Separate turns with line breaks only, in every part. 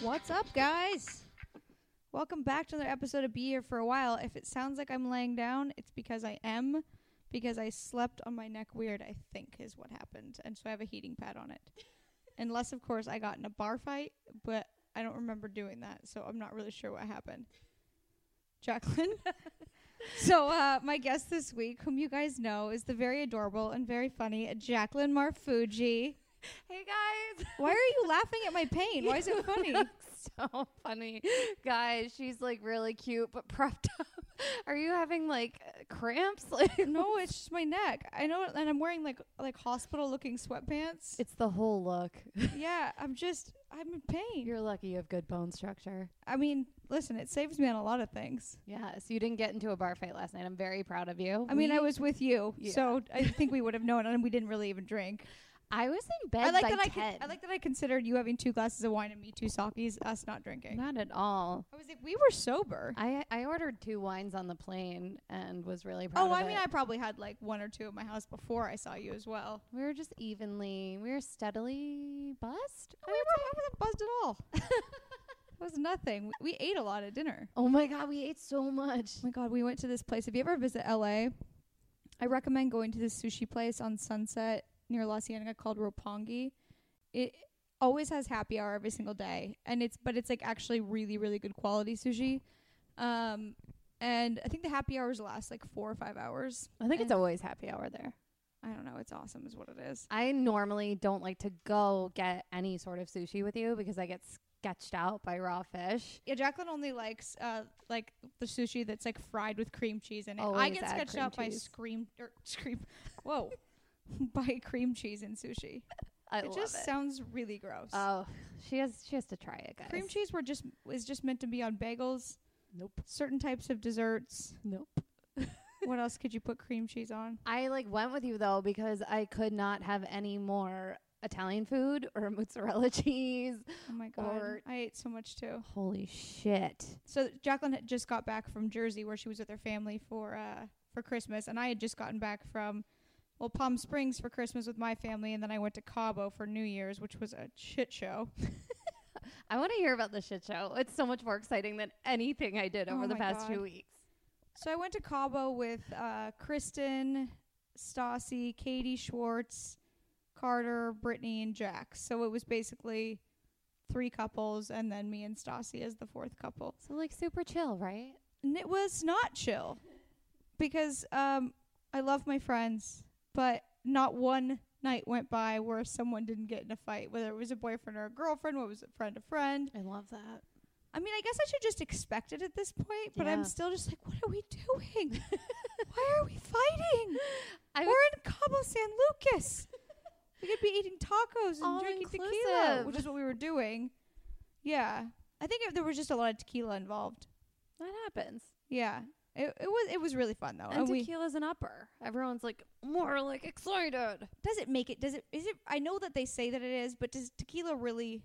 What's up, guys? Welcome back to another episode of Be Here for a While. If it sounds like I'm laying down, it's because I am, because I slept on my neck weird, I think is what happened. And so I have a heating pad on it. Unless, of course, I got in a bar fight, but I don't remember doing that, so I'm not really sure what happened. Jacqueline? so, uh, my guest this week, whom you guys know, is the very adorable and very funny Jacqueline Marfuji.
Hey guys!
Why are you laughing at my pain? Why is it funny?
so funny, guys. She's like really cute but prepped up. Are you having like cramps? Like
No, it's just my neck. I know, and I'm wearing like like hospital looking sweatpants.
it's the whole look.
yeah, I'm just I'm in pain.
You're lucky you have good bone structure.
I mean, listen, it saves me on a lot of things.
Yeah, so you didn't get into a bar fight last night. I'm very proud of you.
I mean, I
We-
was with you,
Yeah.
so I think we would have known, and we didn't really even drink.
I was in bed
I like
by
that I con-
10.
I like that I considered you having two glasses of wine and me two sakis, us not drinking.
not at all.
I was like, we were sober.
I I ordered two wines on the plane and was really proud.
Oh,
of
I mean,
it.
I probably had like one or two at my house before I saw you as well.
we were just evenly, we were steadily buzzed. I
We were,
would
I wasn't buzzed at all. it was nothing. We, we ate a lot at dinner.
Oh my god, we ate so much.
Oh my god, we went to this place. If you ever visit LA, I recommend going to this sushi place on Sunset near La Cienega called Ropongi. It always has happy hour every single day, and it's but it's like actually really really good quality sushi. Um, and I think the happy hours last like four or five hours.
I think it's
And-
always happy hour there.
I don't know. It's awesome, is what it is.
I normally don't like to go get any sort of sushi with you because I get sketched out by raw fish.
Yeah, Jacqueline only likes uh like the sushi that's like fried with cream cheese in it. I
Always
get
add
sketched
cream
out by
cheese.
scream or scream. Whoa, by cream cheese in sushi.
I
it
love
just
it.
sounds really gross.
oh, she has she has to try it, guys.
Cream cheese were just is just meant to be on bagels,
Nope.
certain types of desserts.
Nope.
what else could you put cream cheese on?
I like went with you though because I could not have any more Italian food or mozzarella cheese.
Oh my god,
Or-
I ate so much too.
Holy shit.
So Jacqueline had just got back from Jersey, where she was with her family for uh, for Christmas, and I had just gotten back from well Palm Springs for Christmas with my family, and then I went to Cabo for New Year's, which was a shit show.
I want to hear about the shit show. It's so much more exciting than anything I did
Oh
over the
my
past
God.
two weeks.
So I went to Cabo with uh, Kristen, Stassi, Katie Schwartz, Carter, Brittany, and Jack. So it was basically three couples, and then me and Stassi as the fourth couple.
So like super chill, right?
And it was not chill because um, I love my friends, but not one night went by where someone didn't get in a fight, whether it was a boyfriend or a girlfriend, whether it was a friend to friend.
I love that.
I mean, I guess I should just expect it at this point, but
Yeah.
I'm still just like, what are we doing? Why are we fighting?
I
We're
would-
in Cabo San Lucas. we could be eating tacos and
All
drinking tequila,
inclusive.
which is what we were doing. Yeah, I think it, there was just a lot of tequila involved.
That happens.
Yeah, it, it was it was really fun though.
And,
And we-
tequila's an upper. Everyone's like more like excited.
does it make it? Does it is it? I know that they say that it is, but does tequila really?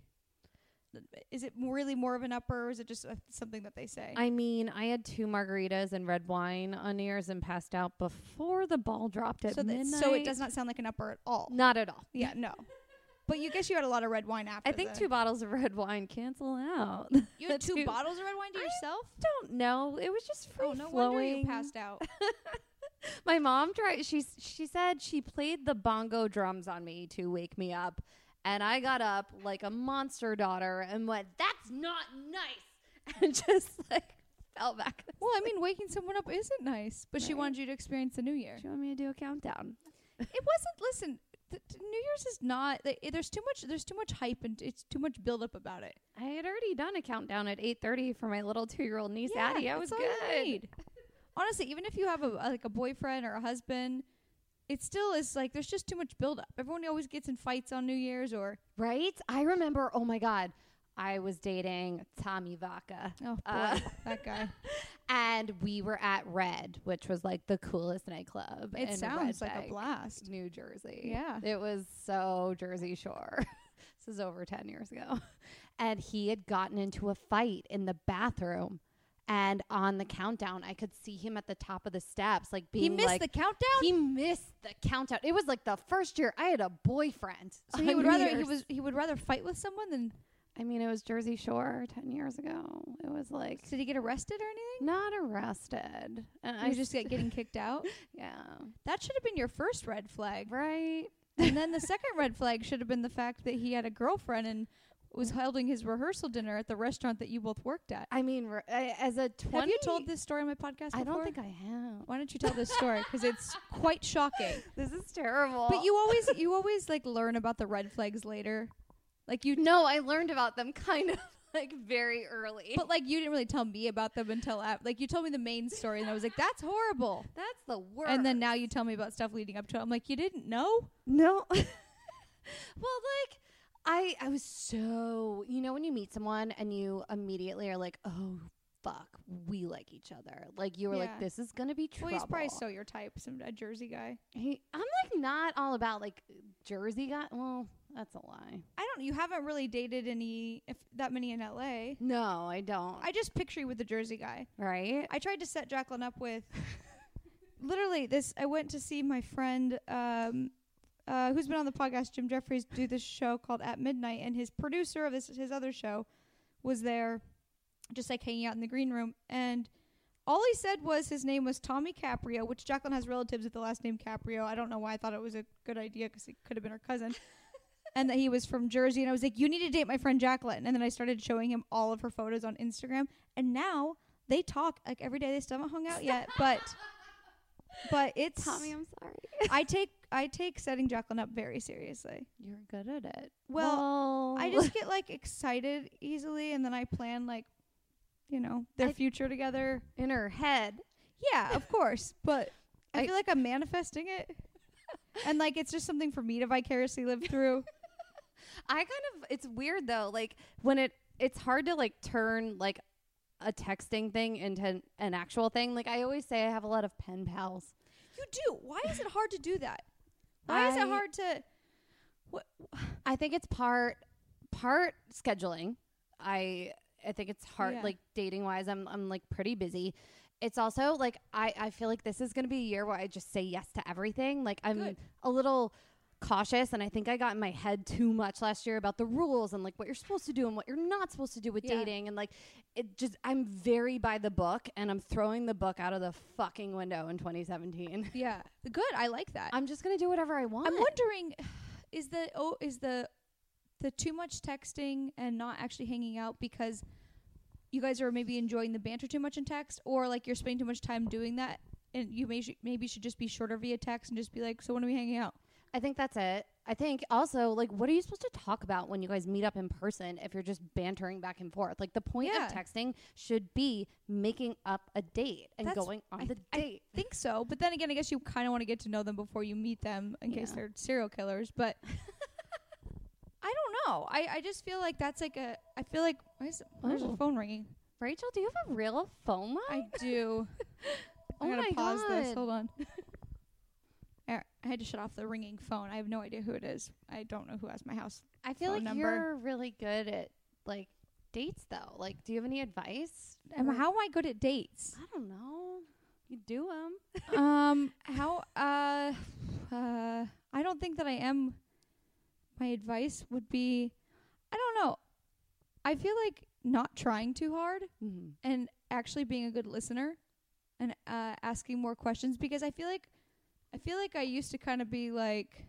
Is it really more of an upper, or is it just uh something that they say?
I mean, I had two margaritas and red wine on New Year's and passed out before the ball dropped at
so that,
midnight.
so it does not sound like an upper at all.
Not at all.
Yeah, no. But you guess you had a lot of red wine after.
I think
the-
two bottles of red wine cancel out.
You had two,
two-
bottles of red wine to
I-
yourself.
Don't know. It was just free
Oh no wonder
flowing.
you passed out.
My mom tried. She she said she played the bongo drums on me to wake me up, and I got up like a monster daughter and went, "That's not nice," and just like fell back.
Well, I mean, waking someone up isn't nice, but she
Right.
wanted you to experience the new year.
Do you want me to do a countdown?
It wasn't. Listen, th- th- New Year's is not. Like, it- there's too much. There's too much hype and it's too much buildup about it.
I had already done a countdown at 8:30 for my little two-year-old niece
Yeah,
Addie. I
that's
was
all you
good.
need. Honestly, even if you have a like a boyfriend or a husband, it still is like there's just too much buildup. Everyone always gets in fights on New Year's or
Right? I remember. Oh my God, I was dating Tommy Vaca,
oh boy,
Uh,
that guy.
and we were at Red, which was like the coolest nightclub.
It
in
sounds like a
Red Bank,
blast.
New Jersey.
Yeah.
it was so Jersey Shore. this is over ten years ago, and he had gotten into a fight in the bathroom. And on the countdown, I could see him at the top of the steps, like being
he missed
like,
the countdown.
he missed the countdown. It was like the first year I had a boyfriend.
so he
I
would rather
mean,
he was he would rather fight with someone than
I mean, it was Jersey Shore ten years ago. It was like
did he get arrested or anything?
not arrested, and
He
I
was just
s-
get, getting kicked out.
yeah,
That should have been your first red flag.
right.
And then the second red flag should have been the fact that he had a girlfriend and was holding his rehearsal dinner at the restaurant that you both worked at.
I mean, r- I- as a twenty,
Have you told this story on my podcast?
I
before?
don't think I have.
Why don't you tell this story? Because it's quite shocking.
This is terrible.
But you always you always like learn about the red flags later. Like you
know, I learned about them kind of like very early.
but like you didn't really tell me about them until after, like you told me the main story and I was like that's horrible.
that's the worst.
And then now you tell me about stuff leading up to it. I'm like you didn't know?
No. well, like I I was so you know when you meet someone and you immediately are like, oh fuck, we like each other. Like you were
Yeah.
like, this is gonna be trouble.
Well, he's probably so your type, some a Jersey guy.
He- I'm like not all about like Jersey guy. Well, that's a lie.
I don't you haven't really dated any if that many in LA.
No, I don't.
I just picture you with the Jersey guy.
right?
I tried to set Jacqueline up with literally this. I went to see my friend, um, uh, who's been on the podcast, Jim Jeffries, do this show called At Midnight, and his producer of this his other show was there, just like hanging out in the green room, and all he said was his name was Tommy Caprio, which Jacqueline has relatives with the last name Caprio. I don't know why I thought it was a good idea because it could have been her cousin. And that he was from Jersey, and I was like, "You need to date my friend Jacqueline." And then I started showing him all of her photos on Instagram, and now they talk like every day. They still haven't hung out yet, but but it's
Tommy, I'm sorry.
I take I take setting Jacqueline up very seriously.
You're good at it.
Well, I
Well,
just get like excited easily, and then I plan like you know their
I-
future together.
in her head.
Yeah, of course, but I,
I-
feel like I'm manifesting it, and like it's just something for me to vicariously live through.
I kind of it's weird though, like when it it's hard to like turn like a texting thing into an, an actual thing. Like I always say I have a lot of pen pals.
you do. Why is it hard to do that? Why is it
I-
hard to?
I think it's part part scheduling. I I think it's hard
Yeah.
like dating wise I'm I'm like pretty busy. It's also like I I feel like this is going to be a year where I just say yes to everything. Like I'm
Good.
a little cautious and I think I got in my head too much last year about the rules and like what you're supposed to do and what you're not supposed to do with
Yeah.
dating and like it just I'm very by the book and I'm throwing the book out of the fucking window in 2017.
Yeah, good. I like that.
I'm just going to do whatever I want.
I'm wondering, is the oh is the the too much texting and not actually hanging out because you guys are maybe enjoying the banter too much in text, or like you're spending too much time doing that, and you may sh- maybe should just be shorter via text and just be like, so when are we hanging out?
I think that's it. I think also, like, what are you supposed to talk about when you guys meet up in person if you're just bantering back and forth? Like, the point
Yeah.
of texting should be making up a date and
That's-
going on
I-
the
I-
date.
Think so, but then again, I guess you kind of want to get to know them before you meet them in case
Yeah.
they're serial killers. But I don't know. I I just feel like that's like a. I feel like why is where's your
Oh.
phone ringing?
Rachel, do you have a real phone line?
I do.
Oh
I'm
my
gonna pause this.
God.
Hold on. Alright, I had to shut off the ringing phone. I have no idea who it is. I don't know who has my house.
I, feel
phone
like
number.
you're really good at, like, dates, though. Like, do you have any advice?
Am,
for-
how am I good at dates?
I don't know. You do them.
um, how? Uh, uh, I don't think that I am. My advice would be, I don't know. I feel like not trying too hard. and actually being a good listener and uh, asking more questions because I feel like I feel like I used to kind of be like,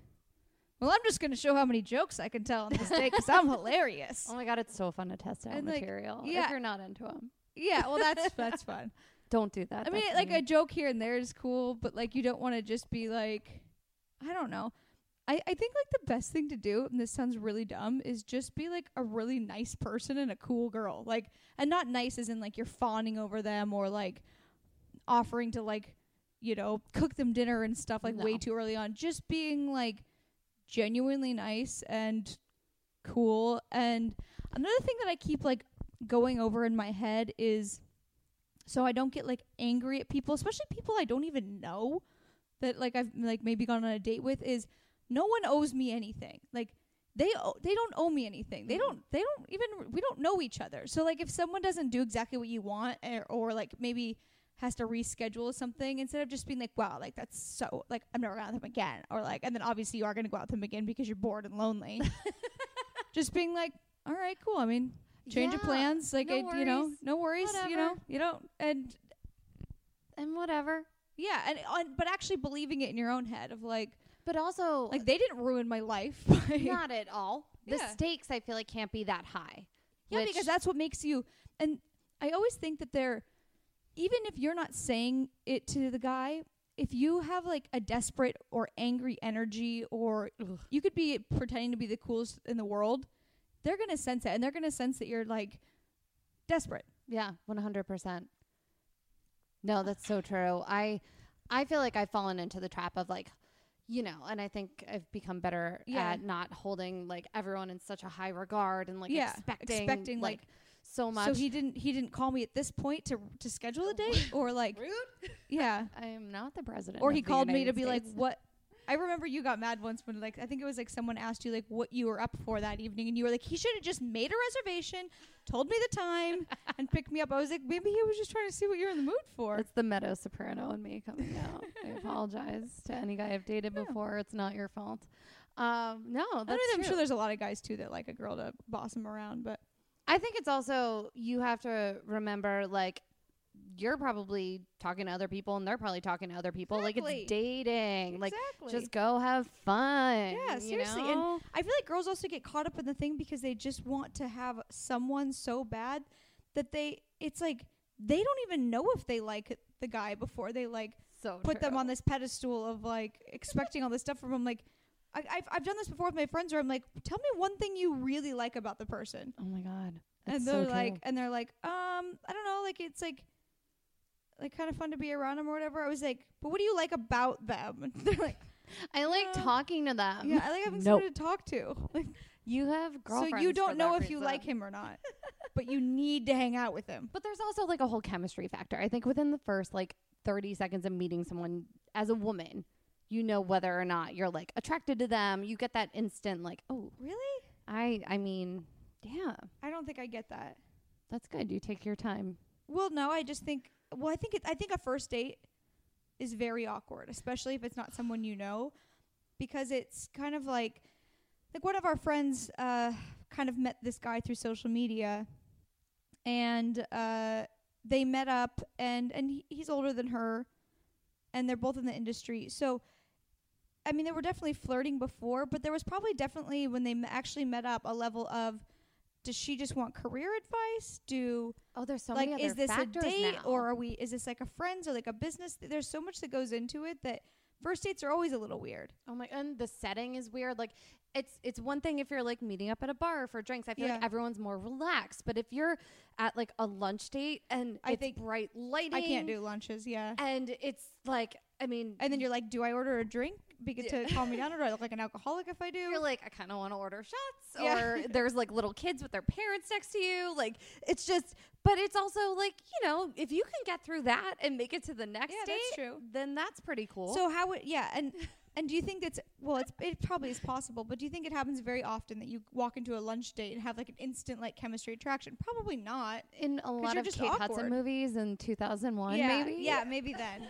well, I'm just going to show how many jokes I can tell on this day 'cause I'm hilarious.
Oh my God, it's so fun to test out
And, like,
material
yeah.
if you're not into them.
Yeah, well, that's that's fun.
Don't do that.
I mean,
that's
like a
mean.
joke here and there is cool, but like you don't want to just be like, I don't know. I, I think like the best thing to do, and this sounds really dumb, is just be like a really nice person and a cool girl. Like, and not nice as in like you're fawning over them or like offering to like, you know, cook them dinner and stuff like way
No.
too early on. Just being like genuinely nice and cool. And another thing that I keep like going over in my head is so I don't get like angry at people, especially people I don't even know that like I've like maybe gone on a date with is no one owes me anything. Like they o- they don't owe me anything.
Mm-hmm.
They don't they don't even we don't know each other. So like if someone doesn't do exactly what you want or, or like maybe has to reschedule something instead of just being like wow like that's so like I'm never going out with them again or like and then obviously you are going to go out with them again because you're bored and lonely. just being like all right cool. I mean change of
Yeah,
plans like
no
I, you know
worries,
no worries you know
whatever.
you don't and
and whatever.
yeah and on, but actually believing it in your own head of like
But also,
like they didn't ruin my life by
not at all. The
Yeah.
stakes, I feel like, can't be that high.
Yeah,
which-
because that's what makes you. And I always think that they're, even if you're not saying it to the guy, if you have like a desperate or angry energy, or
Ugh.
you could be pretending to be the coolest in the world, they're gonna sense it, and they're gonna sense that you're like desperate.
Yeah, one hundred percent. No, that's so true. I I feel like I've fallen into the trap of like, you know, and I think I've become better
Yeah.
at not holding like everyone in such a high regard and like
Yeah,
expecting
expecting,
like,
like,
so much.
So he didn't. He didn't call me at this point to to schedule a date, or like, yeah.
I am not the president.
or
of
he
the
called me to
United
be like
States.
what i remember you got mad once when like i think it was like someone asked you like what you were up for that evening and you were like he should have just made a reservation told me the time and picked me up i was like maybe he was just trying to see what you're in the mood for
It's the meadow soprano in me coming out. I apologize to any guy I've dated
No.
before. It's not your fault. Um, no,
I
that's
don't know, i'm
true.
sure there's a lot of guys too that like a girl to boss them around but
I think it's also you have to remember like you're probably talking to other people and they're probably talking to other people. Like
Exactly.
it's dating. Like
exactly
just go have fun.
Yeah,
you
seriously, and-
know?
i feel like girls also get caught up in the thing because they just want to have someone so bad that they it's like they don't even know if they like the guy before they like
so
put them on this pedestal of like expecting all this stuff from them. Like, I, I've I've done this before with my friends where I'm like, tell me one thing you really like about the person,
Oh my god.
and
That's so
they're
true.
like, and they're like, um, I don't know, like it's like, like kind of fun to be around them or whatever. I was like, but what do you like about them? And they're like,
I like
uh,
talking to them.
yeah, I like having
Um, nope.
someone to talk to. Like,
You have
so
girlfriends.
you
for
don't know
that
if you like
reason.
him or not, but you need to hang out with him.
But there's also like a whole chemistry factor. I think within the first like 30 seconds of meeting someone as a woman, you know whether or not you're like attracted to them. You get that instant like, oh,
Really?
I I mean, yeah,
I don't think I get that.
that's good. You take your time.
Well, no, I just think. Well, I think it, I think a first date is very awkward, especially if it's not someone you know, because it's kind of like like one of our friends uh, kind of met this guy through social media, and uh, they met up, and and he, he's older than her, and they're both in the industry, so. I mean, they were definitely flirting before, but there was probably definitely when they m- actually met up a level of, does she just want career advice? Do
Oh, there's so
like
many other
is this a
factors
date
now.
or are we is this like a friends or like a business there's so much that goes into it that first dates are always a little weird
oh my, and the setting is weird. Like it's it's one thing if you're like meeting up at a bar for drinks. I feel like
Yeah.
everyone's more relaxed. But if you're at like a lunch date and
I
it's
think-
bright lighting,
i can't do lunches yeah
And it's like, I mean,
and then you're like do i order a drink because
Yeah.
to calm me down or do i look like an alcoholic if i
you're
do
like, I kind of want to order shots,
Yeah.
or there's like little kids with their parents next to you. Like, it's just, but it's also like, you know, if you can get through that and make it to the next
Yeah,
date,
that's true.
then that's pretty cool.
so how would yeah and and do you think that's well it's it probably is possible but do you think it happens very often that you walk into a lunch date and have like an instant like chemistry attraction probably not
in a lot
you're
of
just
Kate
awkward.
Hudson movies in 2001,
yeah
maybe.
yeah maybe then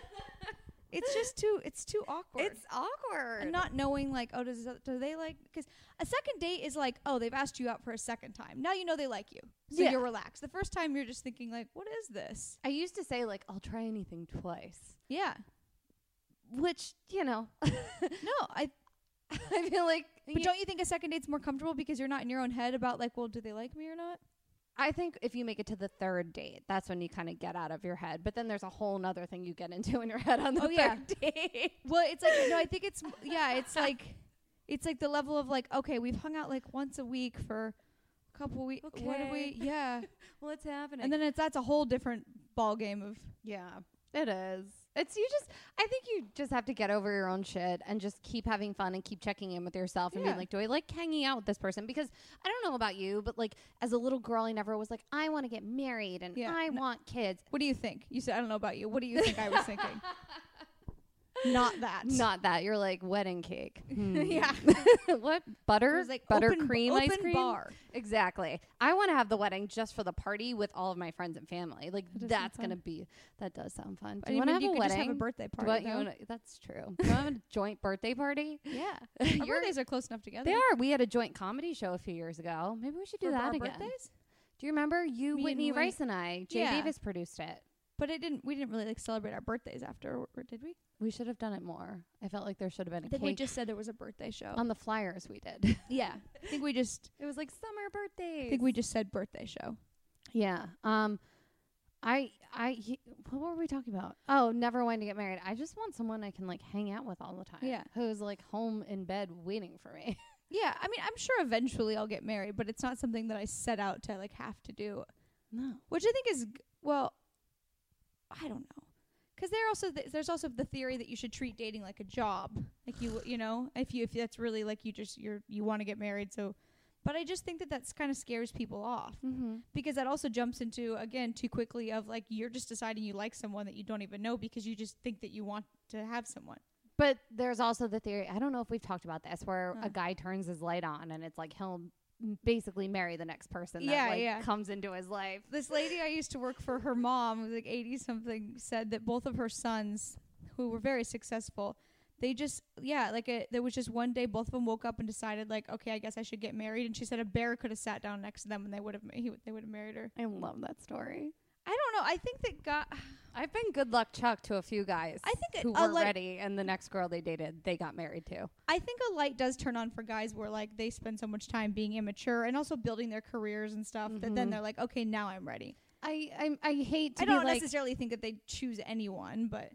it's just too it's too awkward
It's awkward.
and not knowing like oh does do they like because a second date is like oh they've asked you out for a second time now you know they like you so
Yeah.
you're relaxed the first time you're just thinking like what is this
I used to say, like, I'll try anything twice,
yeah
which, you know,
no i
I feel like.
but don't you think a second date's more comfortable because you're not in your own head about like well do they like me or not
I think if you make it to the third date, that's when you kind of get out of your head. But then there's a whole nother thing you get into in your head on the
Oh,
third
yeah.
date.
well it's like no i think it's yeah it's like it's like the level of like okay we've hung out like once a week for a couple weeks what do we
Okay.
yeah
What's happening?
and then it's that's a whole different ball game of
yeah, it is. It's you just. I think you just have to get over your own shit and just keep having fun and keep checking in with yourself and
Yeah.
being like, do I like hanging out with this person? Because I don't know about you, but like as a little girl, I never was like, I want to get married and
Yeah.
I
No.
want kids.
what do you think you said i don't know about you what do you think i was thinking Not that.
Not that. You're like wedding cake. Hmm.
yeah.
what butter?
It was like open-
buttercream ice
open
cream.
bar.
Exactly. I want to have the wedding just for the party with all of my friends and family. Like
does sound
that's
fun.
gonna be that does sound fun. Do
But
you
I
want
mean,
to have
you
a
could
wedding?
just have a birthday
Do you
party.
want- you
though.
wanna- that's true. Do you want to have a joint birthday party?
yeah. Our
You're-
birthdays are close enough together.
they are. We had a joint comedy show a few years ago. Maybe we should do
For
that
our
again.
birthdays?
Do you remember
Me
you,
and
Whitney
Whit-
Rice, and I? Jay
Yeah.
Davis produced it.
But it didn't. We didn't really like celebrate our birthdays after, or did we?
We should have done it more. I felt like there should have been
I
a
think
cake
we just said there was a birthday show.
on the flyers. We did.
yeah, I think we just.
it was like summer birthdays.
I think we just said birthday show.
Yeah. Um, I I he, what were we talking about? Oh, never wanting to get married. I just want someone I can like hang out with all the time.
Yeah.
Who's like home in bed waiting for me.
Yeah, I mean, I'm sure eventually I'll get married, but it's not something that I set out to like have to do,
no.
which I think is g- well, I don't know, because there also th- there's also the theory that you should treat dating like a job, like you you know if you if that's really like you just you're you want to get married, so. But I just think that that's kind of scares people off
Mm-hmm.
because that also jumps into again too quickly of like you're just deciding you like someone that you don't even know because you just think that you want to have someone.
But there's also the theory. I don't know if we've talked about this, where
Huh.
a guy turns his light on, and it's like he'll basically marry the next person
Yeah,
that like
yeah.
comes into his life.
this lady I used to work for, her mom was like 80 something, said that both of her sons, who were very successful, they just, yeah, like it, there was just one day both of them woke up and decided, like, okay, I guess I should get married. And she said a bear could have sat down next to them and they would have, he would, they would have married her.
I love that story.
I don't know. I think that God,
I've been good luck Chuck to a few guys
I think
who
a
were
lot-
ready, and the next girl they dated, they got married to.
I think a light does turn on for guys where like they spend so much time being immature and also building their careers and stuff that then
Mhm.
they're like, okay, now I'm ready.
I I, I hate to
I
be
don't
like
necessarily think that they choose anyone, but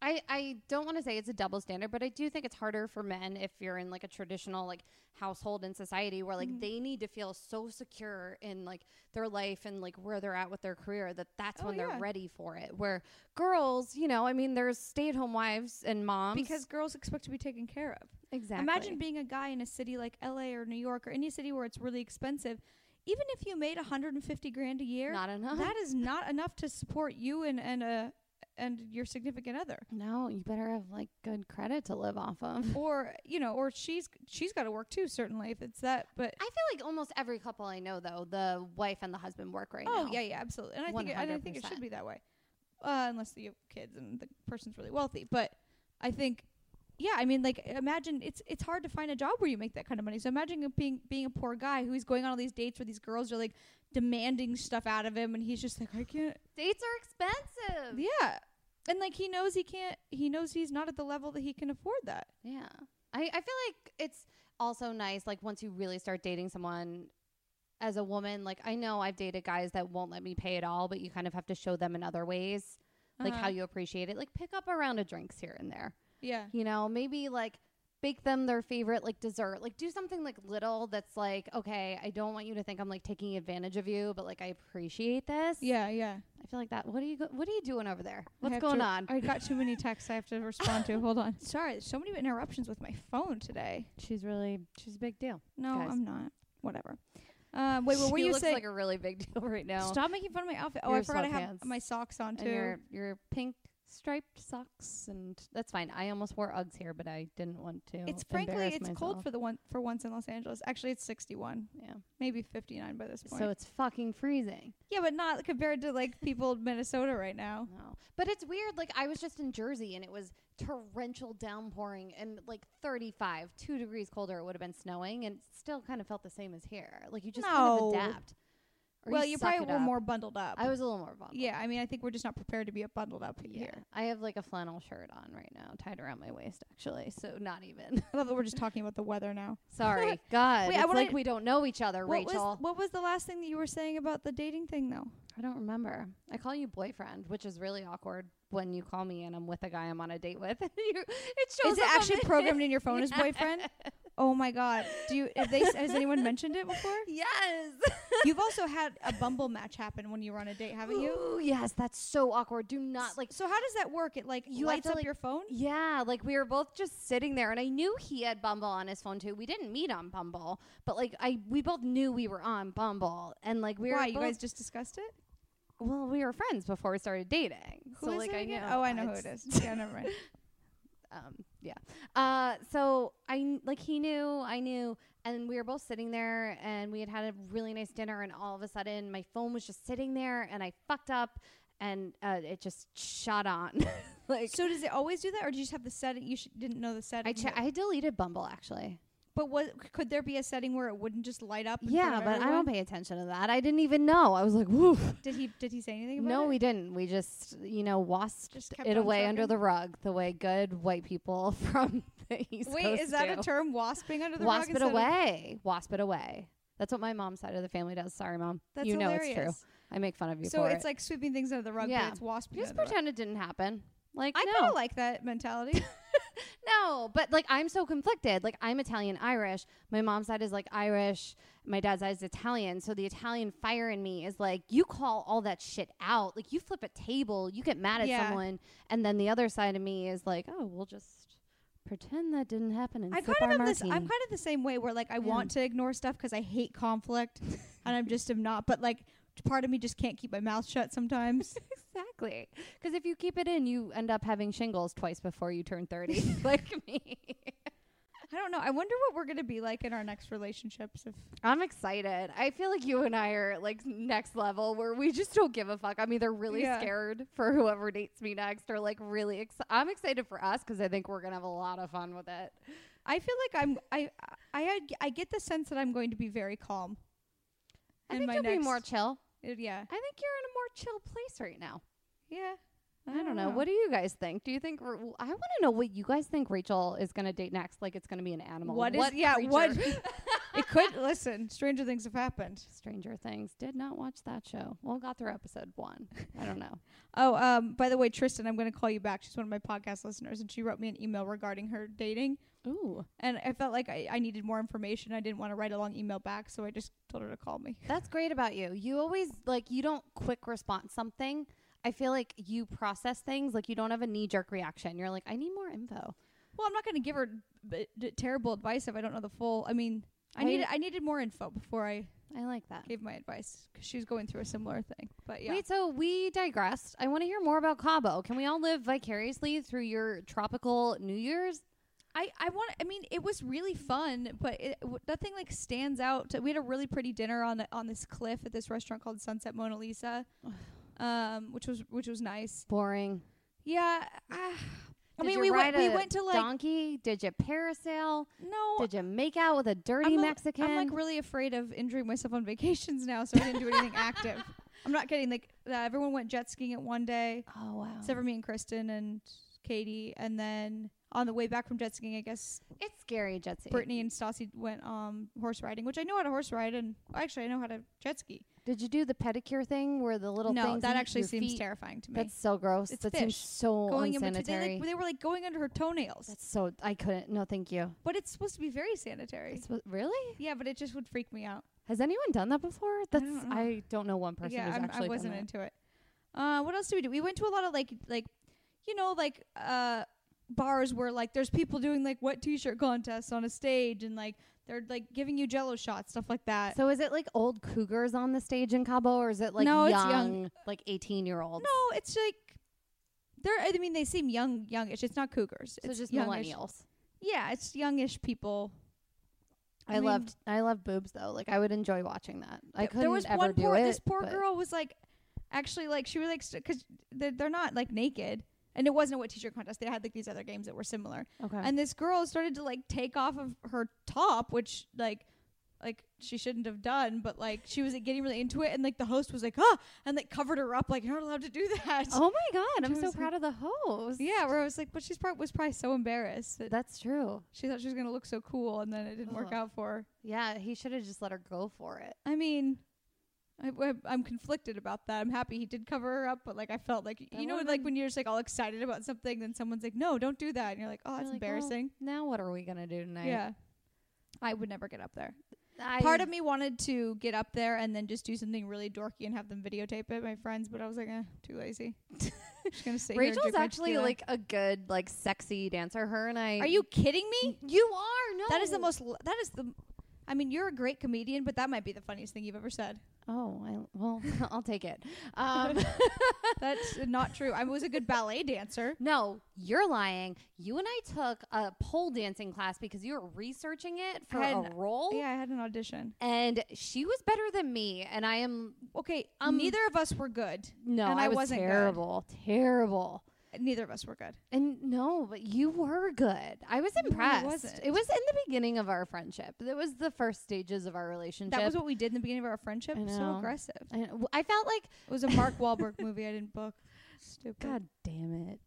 I, I don't want to say it's a double standard, but I do think it's harder for men if you're in like a traditional like household and society where like
Mhm.
they need to feel so secure in like their life and like where they're at with their career that that's
Oh,
when they're
yeah.
ready for it. Where girls, you know, I mean, there's stay at home wives and moms
because girls expect to be taken care of.
exactly
Imagine being a guy in a city like LA or New York or any city where it's really expensive. Even if you made 150 grand a year,
not enough.
that is not enough to support you and and a and your significant other.
no, you better have like good credit to live off of.
Or, you know, or she's she's got to work too certainly if it's that, but
I feel like almost every couple I know though, the wife and the husband work right
Oh
now.
yeah, yeah, absolutely. And I think it, and I think it
100%.
should be that way, uh, unless you have kids and the person's really wealthy. But I think, yeah, I mean, like imagine it's it's hard to find a job where you make that kind of money. So imagine it being being a poor guy who's going on all these dates where these girls are like demanding stuff out of him, and he's just like, I can't.
Dates are expensive.
Yeah. And like he knows he can't, he knows he's not at the level that he can afford that.
Yeah. I, I feel like it's also nice, like, once you really start dating someone as a woman, like, I know I've dated guys that won't let me pay at all, but you kind of have to show them in other ways, like, how
Uh-huh.
you appreciate it. Like, pick up a round of drinks here and there,
yeah,
you know, maybe like bake them their favorite, like, dessert. Like, do something like little that's like, okay, I don't want you to think I'm like taking advantage of you, but like, I appreciate this.
yeah, yeah.
I feel like that. What are you, go- what are you doing over there?
I
What's
have
going
to-
on?
I got too many texts I have to respond to. Hold on. Sorry, there's so many interruptions with my phone today.
She's really, she's a big deal.
No,
guys.
I'm not. Whatever. Um, wait, what were
She
you
looks
saying?
like a really big deal right now.
Stop making fun of my outfit. Oh, I
Your
forgot I have
sweatpants.
my socks on
and
too.
your your pink striped socks and that's fine. I almost wore Uggs here, but I didn't want to.
It's frankly,
embarrass
it's
myself.
cold for the one for once in Los Angeles. Actually, it's 61,
yeah.
maybe 59 by this point.
So it's fucking freezing.
yeah, but not compared to like people in Minnesota right now.
No, but it's weird. Like I was just in Jersey and it was torrential downpouring and like 35, two degrees colder. It would have been snowing and it still kind of felt the same as here. Like you just
No.
kind of adapt. Or
well, you,
suck
probably
it
were
up.
more bundled up.
I was a little more vulnerable.
yeah, I mean, I think we're just not prepared to be a bundled up
Yeah.
here.
I have like a flannel shirt on right now, tied around my waist actually. So not even.
I love that we're just talking about the weather now.
Sorry, God.
Wait, I
it's
wanna-
like we don't know each other,
What
Rachel.
was what was the last thing that you were saying about the dating thing though?
I don't remember. I call you boyfriend, which is really awkward when you call me and I'm with a guy I'm on a date with. you, it shows.
Is
up
it
on
actually
my-
programmed in your phone as boyfriend? Oh my god! Do you have they has anyone mentioned it before?
Yes.
You've also had a bumble match happen when you were on a date, haven't you?
Ooh, yes, that's so awkward. Do not like.
So how does that work? It like
You have
lights
to,
up
like-
your phone.
Yeah, like we were both just sitting there, and I knew he had Bumble on his phone too. We didn't meet on Bumble, but like I, we both knew we were on Bumble, and like we were
Why
both,
you guys just discussed it?
Well, we were friends before we started dating,
Who
so
is
like
it
I
again?
know.
Oh, I know who it
it's-
is. Yeah, never mind.
um, yeah. Uh, so I kn- like he knew, I knew, and we were both sitting there, and we had had a really nice dinner, and all of a sudden my phone was just sitting there, and I fucked up, and uh, it just shot on. like
So does it always do that, or do you just have the setting? You sh- didn't know the setting.
I che-
but-
I deleted Bumble actually.
but what could there be a setting where it wouldn't just light up? in front
Yeah,
of
but I
everyone?
don't pay attention to that. I didn't even know. I was like, woof.
Did he did he say anything about
No,
it?
we didn't. We just, you know, wasped
Just kept
it
on
away under
trucking?
the rug, the way good white people from the East
Wait,
Coast
is that
do.
a term? Wasping under the rug
wasp it
instead of-
away. Wasp it away. That's what my mom's side of the family does. Sorry, mom.
That's
you know
hilarious.
it's true. I make fun of you
So
for
it's
it.
like sweeping things under the rug,
Yeah.
but it's wasping.
just
under the rug.
pretend it didn't happen. Like
I
no,
kind of like that mentality.
no, but like I'm so conflicted. Like I'm Italian Irish. My mom's side is like Irish. My dad's side is Italian. So the Italian fire in me is like you call all that shit out. Like you flip a table, you get mad at
Yeah.
someone, and then the other side of me is like, oh, we'll just pretend that didn't happen and
I kind
sip our
of am
martini.
this. I'm kind of the same way where like I
Yeah.
want to ignore stuff because I hate conflict, and I'm just am not. But like part of me just can't keep my mouth shut sometimes.
Exactly. Because if you keep it in, you end up having shingles twice before you turn 30, like me.
I don't know. I wonder what we're gonna be like in our next relationships. If
I'm excited. I feel like you and I are like next level where we just don't give a fuck. I'm either really
Yeah.
scared for whoever dates me next or like really excited. I'm excited for us because I think we're going to have a lot of fun with it.
I feel like I'm, I, I, had- I get the sense that I'm going to be very calm.
I
in
think you'll be more chill.
uh, yeah,
I think you're in a more chill place right now.
yeah.
I don't know. What do you guys think? Do you think we're, I want to know what you guys think Rachel is going to date next? Like it's going to be an animal.
What is- yeah, what-
creature-
it could
Ah.
listen. Stranger things have happened.
Stranger Things. Did not watch that show. Well, got through episode one. I don't know.
Oh, um, by the way, Tristan, I'm going to call you back. She's one of my podcast listeners, and she wrote me an email regarding her dating.
Ooh,
And I felt like I, I needed more information. I didn't want to write a long email back, so I just told her to call me.
that's great about you. You always like you don't quick respond something. I feel like you process things like you don't have a knee jerk reaction. You're like, I need more info.
Well, I'm not going to give her b- d- terrible advice if I don't know the full. I mean, I
I-
needed I needed more info before I
I like that.
gave my advice because she was going through a similar thing. But yeah,
Wait, so we digressed. I want to hear more about Cabo. Can we all live vicariously through your tropical New Year's?
I I want. I mean, it was really fun, but it, w- nothing like stands out. We had a really pretty dinner on the, on this cliff at this restaurant called Sunset Mona Lisa, um, which was which was nice.
Boring.
Yeah, ah, I
Did
mean,
you
we went
ride
we
a
went to like
donkey. Did you parasail?
no.
Did you make out with a dirty
I'm a-
Mexican?
I'm like really afraid of injuring myself on vacations now, so I didn't do anything active. I'm not kidding. Like uh, everyone went jet skiing at one day,
oh wow.
except for me and Kristen and Katie, and then on the way back from jet skiing, I guess
It's scary, jet ski.
Brittany and Stassi went um horse riding, which I know how to horse ride, and actually I know how to jet ski.
Did you do the pedicure thing where the little
no,
things
that
eat
actually
your
seems
feet?
terrifying to me.
That's so gross.
It's
that seems
fish
so
going in between, they,
unsanitary.
like, they were like going under her toenails,
That's so I couldn't. No, thank you.
but it's supposed to be very sanitary.
That's what- really?
Yeah, but it just would freak me out.
Has anyone done that before? That's I
don't
don't
know.
know, one person
yeah,
who's
I'm-
actually
I wasn't
done
into it. Uh, what else did we do? We went to a lot of like like you know like uh bars where like there's people doing like wet t-shirt contests on a stage and like they're like giving you jello shots stuff like that.
that. So is it like old cougars on the stage in Cabo, or is it like
No, it's
young,
young.
like eighteen year olds?
No, it's like they're. I mean, they seem young, youngish. It's not cougars.
so
it's
just
youngish.
millennials.
Yeah, it's youngish people.
I,
mean,
loved I loved boobs though. Like I would enjoy watching that. I
th-
couldn't
There was
ever
one
do
poor.
it.
this poor
but-
girl was like, actually, like she was like, because they're, they're not like naked, and it wasn't a wet t-shirt contest. They had like these other games that were similar,
Okay.
and this girl started to like take off of her top, which like. Like she shouldn't have done, but like she was like, getting really into it, and like the host was like, "Ah," and like covered her up, like you're not allowed to do that.
oh my god!
I
I'm so
was like-
proud of the host.
Yeah, where I was like, but she's probably was probably so embarrassed that
that's true.
She thought she was gonna look so cool, and then it didn't work
Ugh.
out for her.
Yeah, he should have just let her go for it.
I mean, I, I- I'm conflicted about that. I'm happy he did cover her up, but like I felt like you know,
would've
like
been-
when you're just like all excited about something, then someone's like, "No, don't do that," and you're like, "Oh, that's
You're like, well,
embarrassing."
Now what are we gonna do tonight?
yeah, I would never get up there.
I,
Part of me wanted to get up there and then just do something really dorky and have them videotape it, my friends, but I was like, eh, too lazy. just gonna sit here and
Rachel's
drink my
actually
tequila.
like a good like sexy dancer. Her and I.
Are you kidding me?
You are Mm, no.
That is the most. l- That is the. I mean, you're a great comedian, but that might be the funniest thing you've ever said.
Oh, I, well, I'll take it. Um,
That's not true. I was a good ballet dancer.
no, you're lying. You and I took a pole dancing class because you were researching it for
I had
a
an-
role.
Yeah, I had an audition.
And she was better than me, and I am
Okay,
Um,
neither of us were good.
no,
And
I,
I
was
wasn't good.
terrible, terrible.
Neither of us were good.
And no, but you were good. I was impressed.
wasn't.
It was in the beginning of our friendship. It was the first stages of our relationship.
That was what we did in the beginning of our friendship.
I
So
know.
aggressive.
And I felt like
It was a Mark Wahlberg movie I didn't book. Stupid.
God damn it.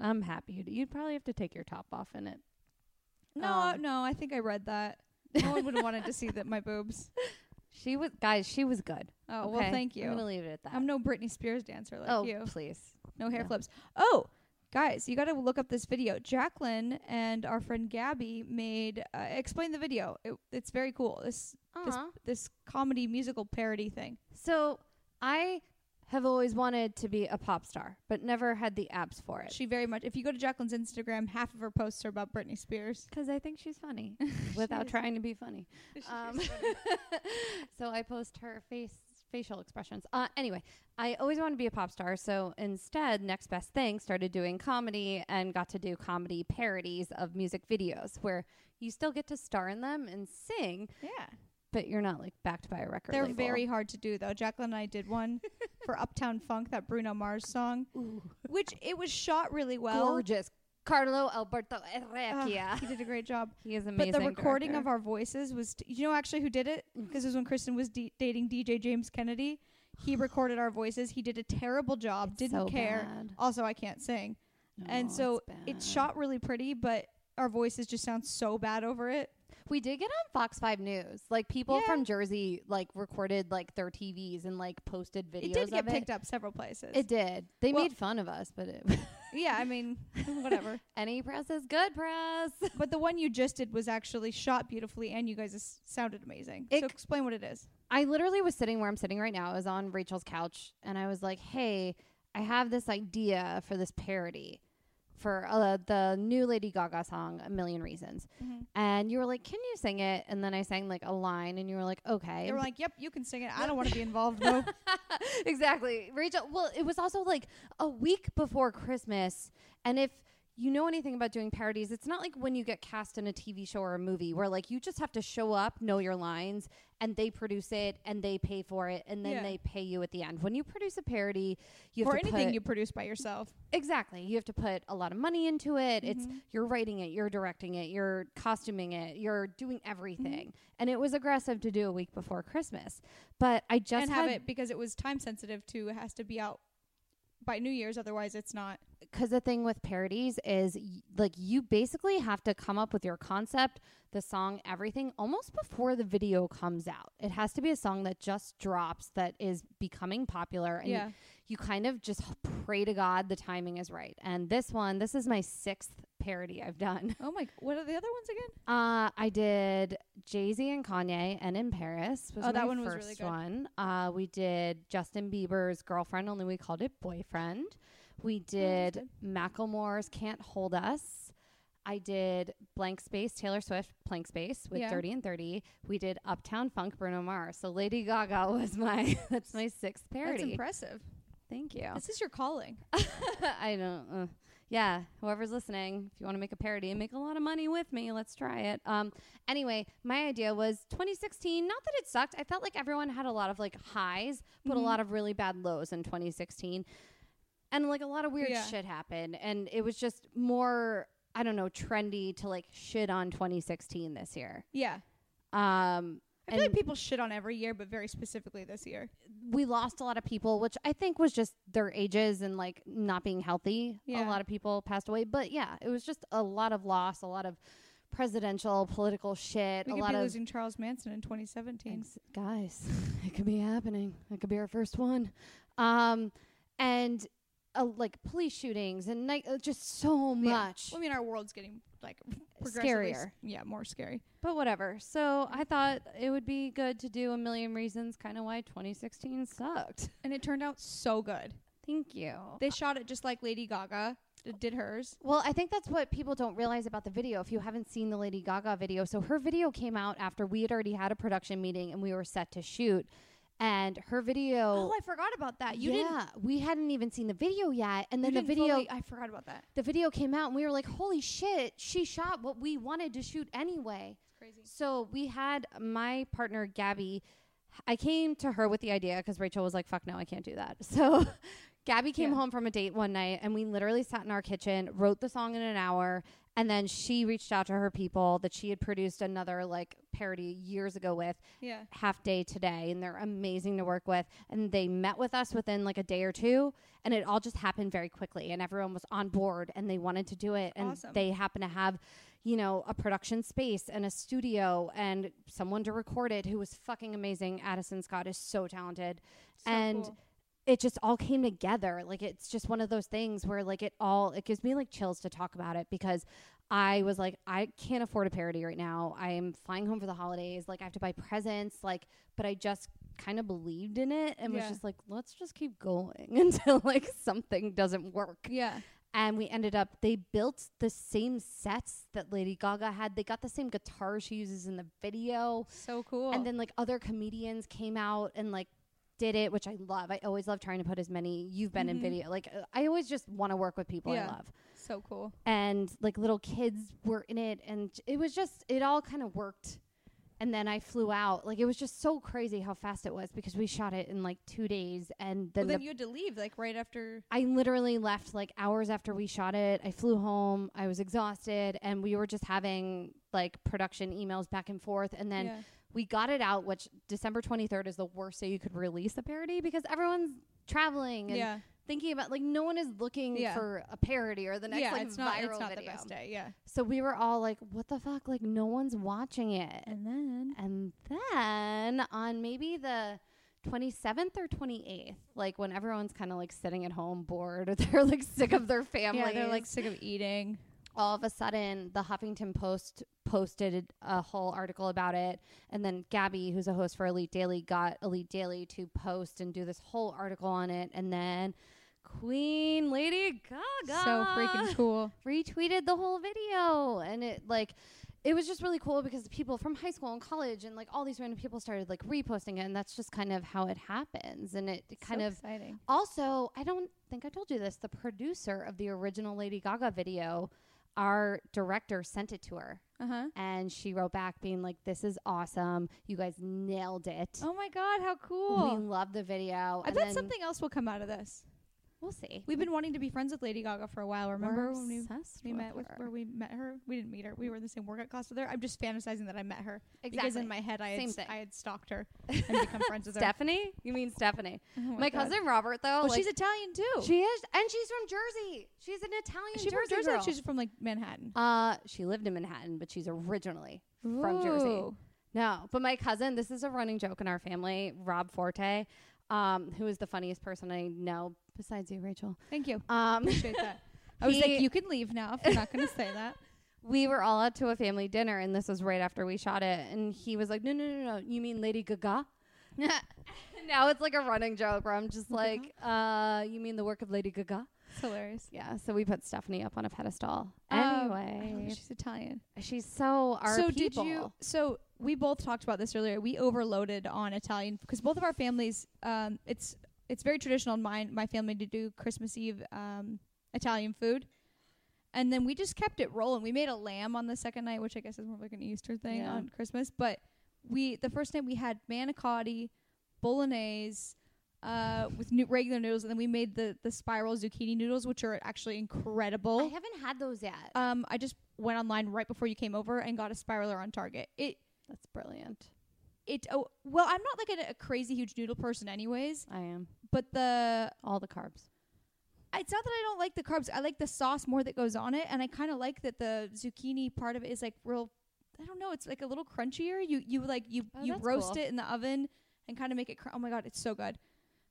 I'm happy. You'd, you'd probably have to take your top off in it.
No,
Um,
no, I think I read that. No one would have wanted to see that my boobs.
She was, guys, she was good.
Oh well,
okay?
thank you.
I'm
I'm,
going to leave it at that.
no Britney Spears dancer like
oh,
you.
please.
No hair
no.
flips. Oh, guys, you got to look up this video. Jacqueline and our friend Gabby made uh, explain the video. It, it's very cool. This this
Aw.
this comedy musical parody thing.
So I have always wanted to be a pop star, but never had the apps for it.
She very much. If you go to Jacqueline's Instagram, half of her posts are about Britney Spears.
Because I think she's funny without
is.
trying to be funny.
She is
Um, so I post her face facial expressions. Uh, anyway, I always wanted to be a pop star, so instead, next best thing, started doing comedy and got to do comedy parodies of music videos where you still get to star in them and sing,
Yeah,
but you're not like backed by a record.
they're
label.
very hard to do though. Jacqueline and I did one for Uptown Funk, that Bruno Mars song, which it was shot really well.
gorgeous. Carlo Alberto
Uh,
Errecchia.
he did a great job.
he is amazing. Mm.
But the recording of our voices was, t- you know, actually who did it? Because it was when Kristen was d dating DJ James Kennedy. He recorded our voices. He did a terrible job. didn't care. Also, I can't sing, and so
Uh.
it's shot really pretty, but our voices just sound so bad over it.
We did get on Fox Five News. Like people
Yeah.
from Jersey, like recorded like their TVs and like posted videos
It did get
of
picked
it.
up several places.
It did. They
Well-
made fun of us, but it,
yeah, I mean, whatever.
any press is good press.
but the one you just did was actually shot beautifully, and you guys s- sounded amazing.
It
so
c-
explain what it is.
I literally was sitting where I'm sitting right now. I was on Rachel's couch, and I was like, "Hey, I have this idea for this parody." For uh, the new Lady Gaga song, A Million Reasons.
Mhm.
And you were like, Can you sing it? And then I sang like a line, and you were like, Okay.
They were like, "Yep, you can sing it. I don't want to be involved though."
exactly. Rachel, well, it was also like a week before Christmas. And if you know anything about doing parodies, it's not like when you get cast in a TV show or a movie where like you just have to show up, know your lines, and they produce it and they pay for it and then
Yeah.
they pay you at the end. When you produce a parody, you have
or
to
anything
put,
you produce by yourself.
Exactly. You have to put a lot of money into it. It's
Mm-hmm.
you're writing it, you're directing it, you're costuming it, you're doing
Mm-hmm.
everything. And it was aggressive to do a week before Christmas. But I just
and have
had
it because it was time sensitive to it has to be out by New Year's, otherwise it's not.
because the thing with parodies is y- like you basically have to come up with your concept, the song, everything almost before the video comes out. It has to be a song that just drops that is becoming popular and
yeah.
you kind of just pray to God the timing is right. And this one, this is my sixth parody I've done.
Oh my! What are the other ones again?
Uh, I did Jay Z and Kanye, and in Paris was
Oh, that
my
one was
first
really good.
one. Uh, we did Justin Bieber's girlfriend, only we called it boyfriend.
Oh,
We did Macklemore's Can't Hold Us. I did Blank Space, Taylor Swift, Blank Space with
Yeah.
Dirty and Thirty. We did Uptown Funk, Bruno Mars. So Lady Gaga was my that's my sixth
That's
parody. Oh.
impressive.
Thank you.
This is your calling.
I don't. Uh, yeah, whoever's listening, if you want to make a parody and make a lot of money with me, let's try it. Um, anyway, my idea was 2016. Not that it sucked. I felt like everyone had a lot of like highs, but a
Mhm.
lot of really bad lows in 2016, and like a lot of weird
Yeah.
shit happened, and it was just more. I don't know, trendy to like shit on 2016 this year.
Yeah,
Um,
I feel like
And-
people shit on every year, but very specifically this year.
we lost a lot of people, which I think was just their ages and like not being healthy. A
Yeah.
lot of people passed away, but yeah, it was just a lot of loss, a lot of presidential political shit,
We
a
could
lot
be
of
losing Charles Manson in 2017.
Ex- guys. It could be happening. It could be our first one. Um, and uh, like police shootings and night, uh, just so
Yeah.
much.
Well, I mean, our world's getting like progressively s-
Scarier.
yeah, more scary.
But whatever. So I thought it would be good to do a million reasons, kind of why 2016 sucked.
And it turned out so good.
Thank you.
They shot it just like Lady Gaga. d- did hers.
Well, I think that's what people don't realize about the video if you haven't seen the Lady Gaga video. So her video came out after we had already had a production meeting and we were set to shoot. And her video
Oh, I forgot about that. You didn't.
yeah, we hadn't even seen the video yet. And
you
then the
didn't
video
fully- I forgot about that.
the video came out and we were like, "Holy shit, she shot what we wanted to shoot anyway."
It's crazy.
So we had my partner Gabby. I came to her with the idea because Rachel was like, "Fuck no, I can't do that." So Gabby came
Yeah.
home from a date one night, and we literally sat in our kitchen, wrote the song in an hour, and then she reached out to her people that she had produced another like parody years ago with
Yeah.
half day today and they're amazing to work with and they met with us within like a day or two and it all just happened very quickly and everyone was on board and they wanted to do it and
Awesome.
they happen to have you know a production space and a studio and someone to record it who was fucking amazing addison scott is so talented
So
and
cool.
it just all came together like it's just one of those things where like it all it gives me like chills to talk about it because i was like i can't afford a parody right now i'm flying home for the holidays like i have to buy presents like but i just kind of believed in it and was
Yeah.
just like let's just keep going until like something doesn't work
yeah.
and we ended up they built the same sets that lady gaga had they got the same guitar she uses in the video
So cool.
and then like other comedians came out and like did it, which I love. I always love trying to put as many you've been
Mhm.
in video. Like uh, I always just want to work with people
Yeah.
I love.
so cool.
And like little kids were in it and it was just it all kind of worked. And then I flew out. Like it was just so crazy how fast it was because we shot it in like 2 days and
Well,
then,
then
the,
you had to leave like right after.
I literally left like hours after we shot it. I flew home. I was exhausted and we were just having like production emails back and forth and then
yeah.
we got it out, which December 23rd is the worst day you could release a parody because everyone's traveling and
yeah.
thinking about like no one is looking
Yeah.
for a parody or the next
yeah.
like
it's not.
viral
It's not
video.
the best day. Yeah.
So we were all like, "What the fuck? Like no one's watching it."
And then.
And then on maybe the 27th or 28th, like when everyone's kind of like sitting at home bored or they're like sick of their family,
Yeah, they're like sick of eating.
all of a sudden the huffington post posted a whole article about it and then gabby who's a host for elite daily got elite daily to post and do this whole article on it and then queen lady gaga
So freaking cool.
retweeted the whole video and it like it was just really cool because people from high school and college and like all these random people started like reposting it and that's just kind of how it happens and it kind
So
of
exciting.
also, I don't think I told you this. The producer of the original Lady Gaga video, our director sent it to her.
Uh huh.
And she wrote back being like, This is awesome. You guys nailed it.
Oh my god, how
We
cool!
love the video.
I
and
bet
then-
something else will come out of this.
We'll see.
We've been wanting to be friends with Lady Gaga for a while. Remember
We're
when we,
obsessed
we met with
her.
where we met her? We didn't meet her. We were in the same workout class with her. I'm just fantasizing that I met her
exactly.
because in my head I
Same
had,
thing.
I had stalked her and become friends with her.
Stephanie? You mean Stephanie?
Oh
my
God.
cousin Robert, though.
Well,
like,
she's Italian too.
she is, and she's from Jersey. She's an Italian
Is she
Jersey,
from Jersey. or
girl.
She's from like Manhattan.
uh, she lived in Manhattan, but she's originally from Jersey.
Ooh.
No, but my cousin, this is a running joke in our family, Rob Forte, um, who is the funniest person I know besides you, Rachel.
Thank you.
Um,
Appreciate that. I was like,
He-
you can leave now if I'm not going to say that.
we were all out to a family dinner, and this was right after we shot it. And he was like, No, no, no, no, you mean Lady Gaga? now it's like a running joke where I'm just
Lady
like, uh, You mean the work of Lady Gaga?
It's hilarious.
Yeah, so we put Stephanie up on a pedestal.
Um, I love
Anyway,
she's Italian.
she's so our
so
people.
did you? So we both talked about this earlier. We overloaded on Italian because both of our families. Um, it's it's very traditional in mine, my family to do Christmas Eve um, Italian food, and then we just kept it rolling. We made a lamb on the second night, which I guess is more of like an Easter thing
Yeah.
on Christmas. But we the first night we had manicotti, bolognese. Uh, with new, regular noodles, and then we made the the spiral zucchini noodles, which are actually incredible.
I haven't had those yet.
Um, I just went online right before you came over and got a spiraler on Target. It
That's brilliant.
it oh well, I'm not like a, a crazy huge noodle person, anyways.
I am.
But the
All the carbs.
it's not that I don't like the carbs. I like the sauce more that goes on it, and I kind of like that the zucchini part of it is like real. I don't know. It's like a little crunchier. You you like you
Oh,
you
that's
roast
cool.
it in the oven and kind of make it. Cr- oh my god, it's so good.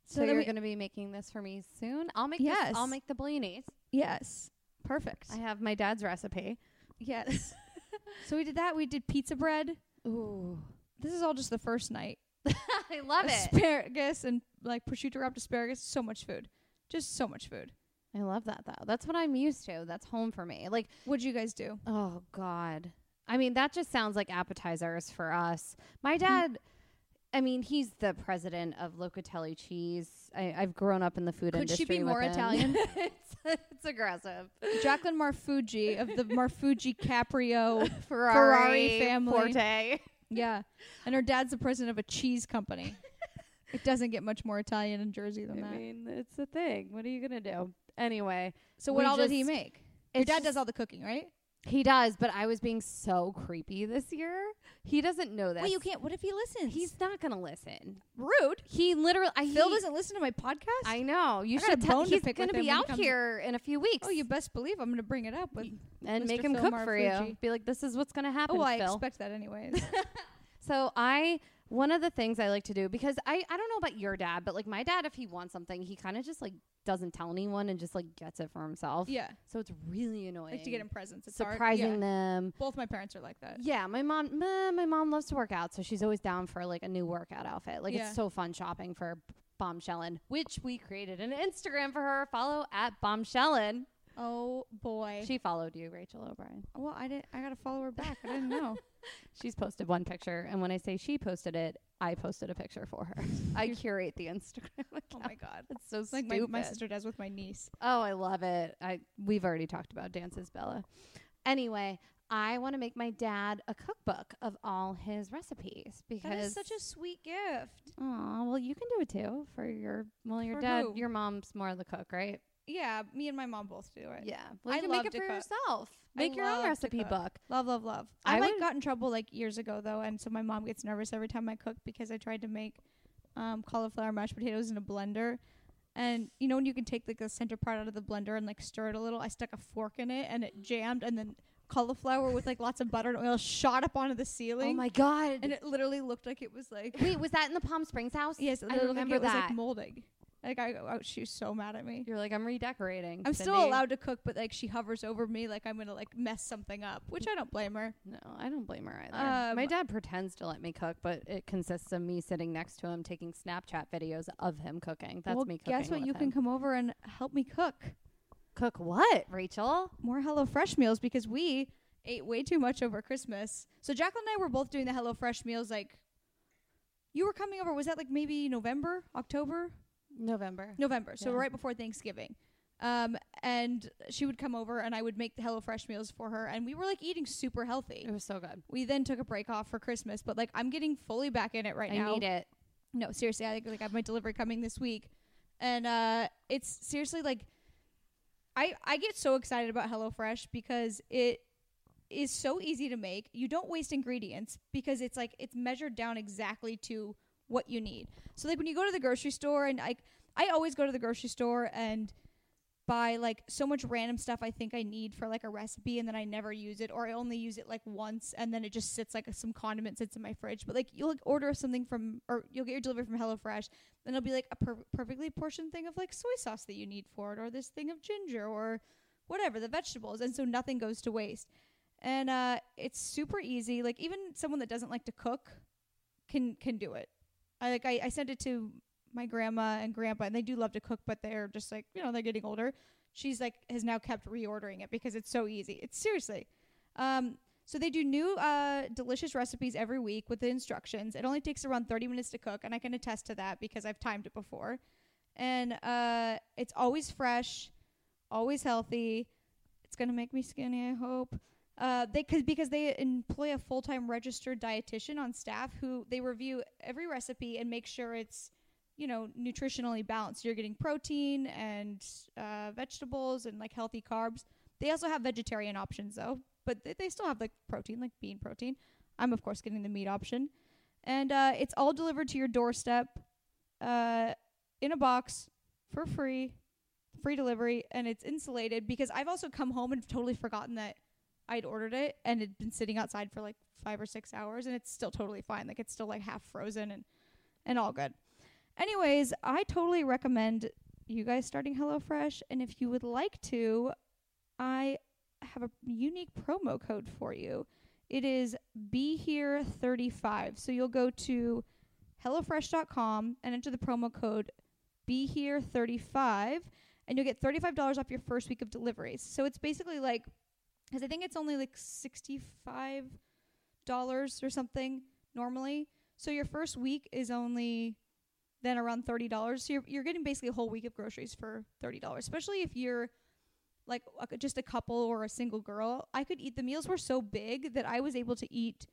So,
then
you're
we-
going to be making this for me soon. I'll make this. I'll
Yes.
make the bolognese.
yes, perfect.
I have my dad's recipe.
yes. so we did that. We did pizza bread.
Ooh,
This is all just the first night.
I love it.
asparagus and like prosciutto wrapped asparagus. So much food, just so much food.
I love that though. That's what I'm used to. That's home for me. Like,
What'd you guys do?
oh God. I mean, that just sounds like appetizers for us. My dad, I mean, he's the president of Locatelli Cheese. I, I've grown up in the food
Could she
industry.
be more
with him.
Italian?
it's, it's aggressive.
Jacqueline Marfuji of the Marfuji Caprio.
Ferrari,
family.
Forte.
Yeah. And her dad's the president of a cheese company. it doesn't get much more Italian in Jersey than
I
that.
mean, it's a thing. What are you gonna do? Anyway,
So what
we
all did he
just-
make? Your
it's
dad
just-
does all the cooking, right?
He does, but I was being so creepy this year. He doesn't know this.
Wait, you can't. What if he listens?
He's not gonna listen.
rude.
He literally. I,
Phil
he-
doesn't listen to my podcast.
I know. You
I got
should
a
tell.
bone to
He's
pick with
gonna
him
be
when he
out
comes-
here in a few weeks.
oh, you best believe I'm going to bring it up with.
and
Mr.
make him
Phil
cook for you.
Marfucci.
Be like, this is what's gonna happen,
Oh, well, I
Phil.
expect that anyways.
So I one of the things I like to do because I I don't know about your dad, but like my dad if he wants something, he kind of just like doesn't tell anyone and just like gets it for himself.
yeah,
So it's really annoying.
like to get him presents. It's hard.
surprising
Yeah.
them.
Both my parents are like that.
Yeah, my mom my, my mom loves to work out, so she's always down for like a new workout outfit. Like
Yeah.
it's so fun shopping for Bombshellin, which we created an Instagram for her. Follow at Bombshellin.
Oh boy.
She followed you, Rachel O'Brien.
well, I didn't. I got to follow her back. I didn't know.
She's posted one picture, and when I say she posted it, I posted a picture for her. I curate the Instagram.
oh my god.
It's so
It's like my,
stupid.
my sister does with my niece.
Oh, I love it. I we've already talked about dances, Bella. Anyway, I want to make my dad a cookbook of all his recipes because
That is such a sweet gift.
Aw, well, you can do it too for your well, your
For
dad,
who?
your mom's more the cook, right?
Yeah, me and my mom both do it.
Yeah. Well, you
I
can
love
make it
to
for
cook.
yourself.
I
Make your
love
own
to
recipe
cook.
book.
Love, love, love.
I
I, like
would-
got in trouble like years ago though, and so my mom gets nervous every time I cook because I tried to make um, cauliflower mashed potatoes in a blender. And you know when you can take like the center part out of the blender and like stir it a little, I stuck a fork in it and it jammed, and then cauliflower with like lots of butter and oil shot up onto the ceiling,
Oh my god.
and it literally looked like it was like
Wait, was that in the Palm Springs house?
yes, it
I
literally
remember
looked like it was
that.
like molding. Like I, oh, she was so mad at me.
You're like, I'm redecorating.
I'm still
Cindy."
allowed to cook, but like she hovers over me like I'm gonna like mess something up, which I don't blame her.
No, I don't blame her either. My
Um,
dad pretends to let me cook, but it consists of me sitting next to him taking Snapchat videos of him cooking. That's
well,
me cooking.
Guess what?
with
You
him.
can come over and help me cook
cook what, Rachel?
more HelloFresh meals because we ate way too much over Christmas. So Jacqueline and I were both doing the HelloFresh meals. Like, you were coming over. Was that like maybe November, October,
November.
November? So
Yeah.
right before Thanksgiving. Um, and she would come over, and I would make the HelloFresh meals for her, and we were like eating super healthy.
It was so good.
We then took a break off for Christmas, but like I'm getting fully back in it right
I
now.
need it.
No, seriously, I think like I have my delivery coming this week, and uh, it's seriously like, I I get so excited about HelloFresh because it is so easy to make. You don't waste ingredients because it's like it's measured down exactly to what you need. So like when you go to the grocery store, and like I always go to the grocery store and buy like so much random stuff I think I need for like a recipe and then I never use it or I only use it like once and then it just sits like some condiment sits in my fridge. But like you'll like, order something from or you'll get your delivery from HelloFresh and it'll be like a per- perfectly portioned thing of like soy sauce that you need for it or this thing of ginger or whatever the vegetables and so nothing goes to waste. And uh it's super easy. Like even someone that doesn't like to cook can can do it. I like I, I sent it to my grandma and grandpa and they do love to cook but they're just like you know they're getting older she's like has now kept reordering it because it's so easy. It's seriously. Um, so they do new uh, delicious recipes every week with the instructions. It only takes around 30 minutes to cook, and I can attest to that because I've timed it before. And uh, it's always fresh, always healthy. It's gonna make me skinny, I hope. Uh, they cause, because they employ a full time registered dietitian on staff who they review every recipe and make sure it's you know nutritionally balanced you're getting protein and uh, vegetables and like healthy carbs they also have vegetarian options though but th- they still have like protein like bean protein i'm of course getting the meat option and uh, it's all delivered to your doorstep uh, in a box for free free delivery and it's insulated because i've also come home and totally forgotten that i'd ordered it and it'd been sitting outside for like five or six hours and it's still totally fine like it's still like half frozen and and all good Anyways, I totally recommend you guys starting HelloFresh. And if you would like to, I have a unique promo code for you. It is be here 35. So you'll go to HelloFresh.com and enter the promo code be here 35 and you'll get $35 off your first week of deliveries. So it's basically like, because I think it's only like $65 or something normally. So your first week is only then around $30. So you're, you're getting basically a whole week of groceries for $30, especially if you're like a- just a couple or a single girl. I could eat, the meals were so big that I was able to eat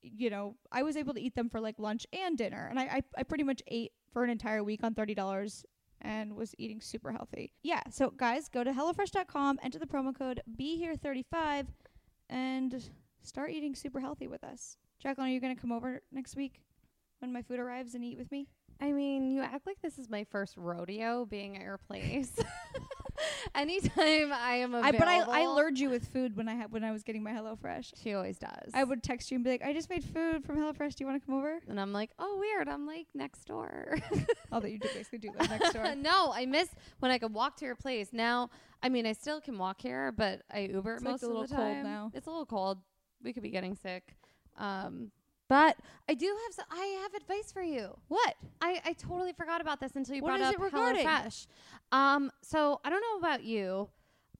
you know, I was able to eat them for like lunch and dinner. And I, I, I pretty much ate for an entire week on $30 and was eating super healthy. Yeah. So, guys, go to HelloFresh.com, enter the promo code BeHere35, and start eating super healthy with us. Jacqueline, are you going to come over next week when my food arrives and eat with me?
I mean, you act like this is my first rodeo being at your place. Anytime I am
I,
available,
but I, I lured you with food when I had when I was getting my HelloFresh.
She always does.
I would text you and be like, "I just made food from HelloFresh. Do you want to come over?"
and I'm like, oh, weird. I'm like next door.
Although you do basically do live next door.
no, I miss when I could walk to your place. Now, I mean, I still can walk here, but I Uber
It's, like,
most
a
of
little
the
cold
time.
now.
It's a little cold. We could be getting sick. Um, but I do have. So- I have advice for you.
What?
I, I totally forgot about this until you
What
brought
is
up
it regarding?
HelloFresh. Um, so I don't know about you,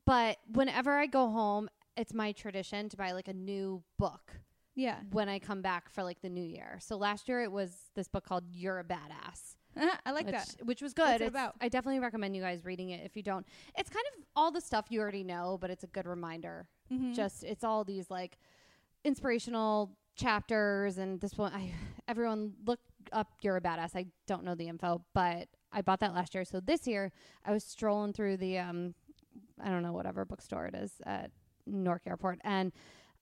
but whenever I go home, it's my tradition to buy like a new book
Yeah.
when I come back for like the new year. So last year it was this book called "You're a Badass."
Uh-huh. I like
which,
that.
Which was
What's
good.
it
It's-
about?
I definitely recommend you guys reading it if you don't. It's kind of all the stuff you already know, but it's a good reminder.
Mhm.
Just it's all these like inspirational chapters and this one I everyone look up You're a Badass. I don't know the info, but I bought that last year. So this year I was strolling through the um I don't know whatever bookstore it is at Newark Airport and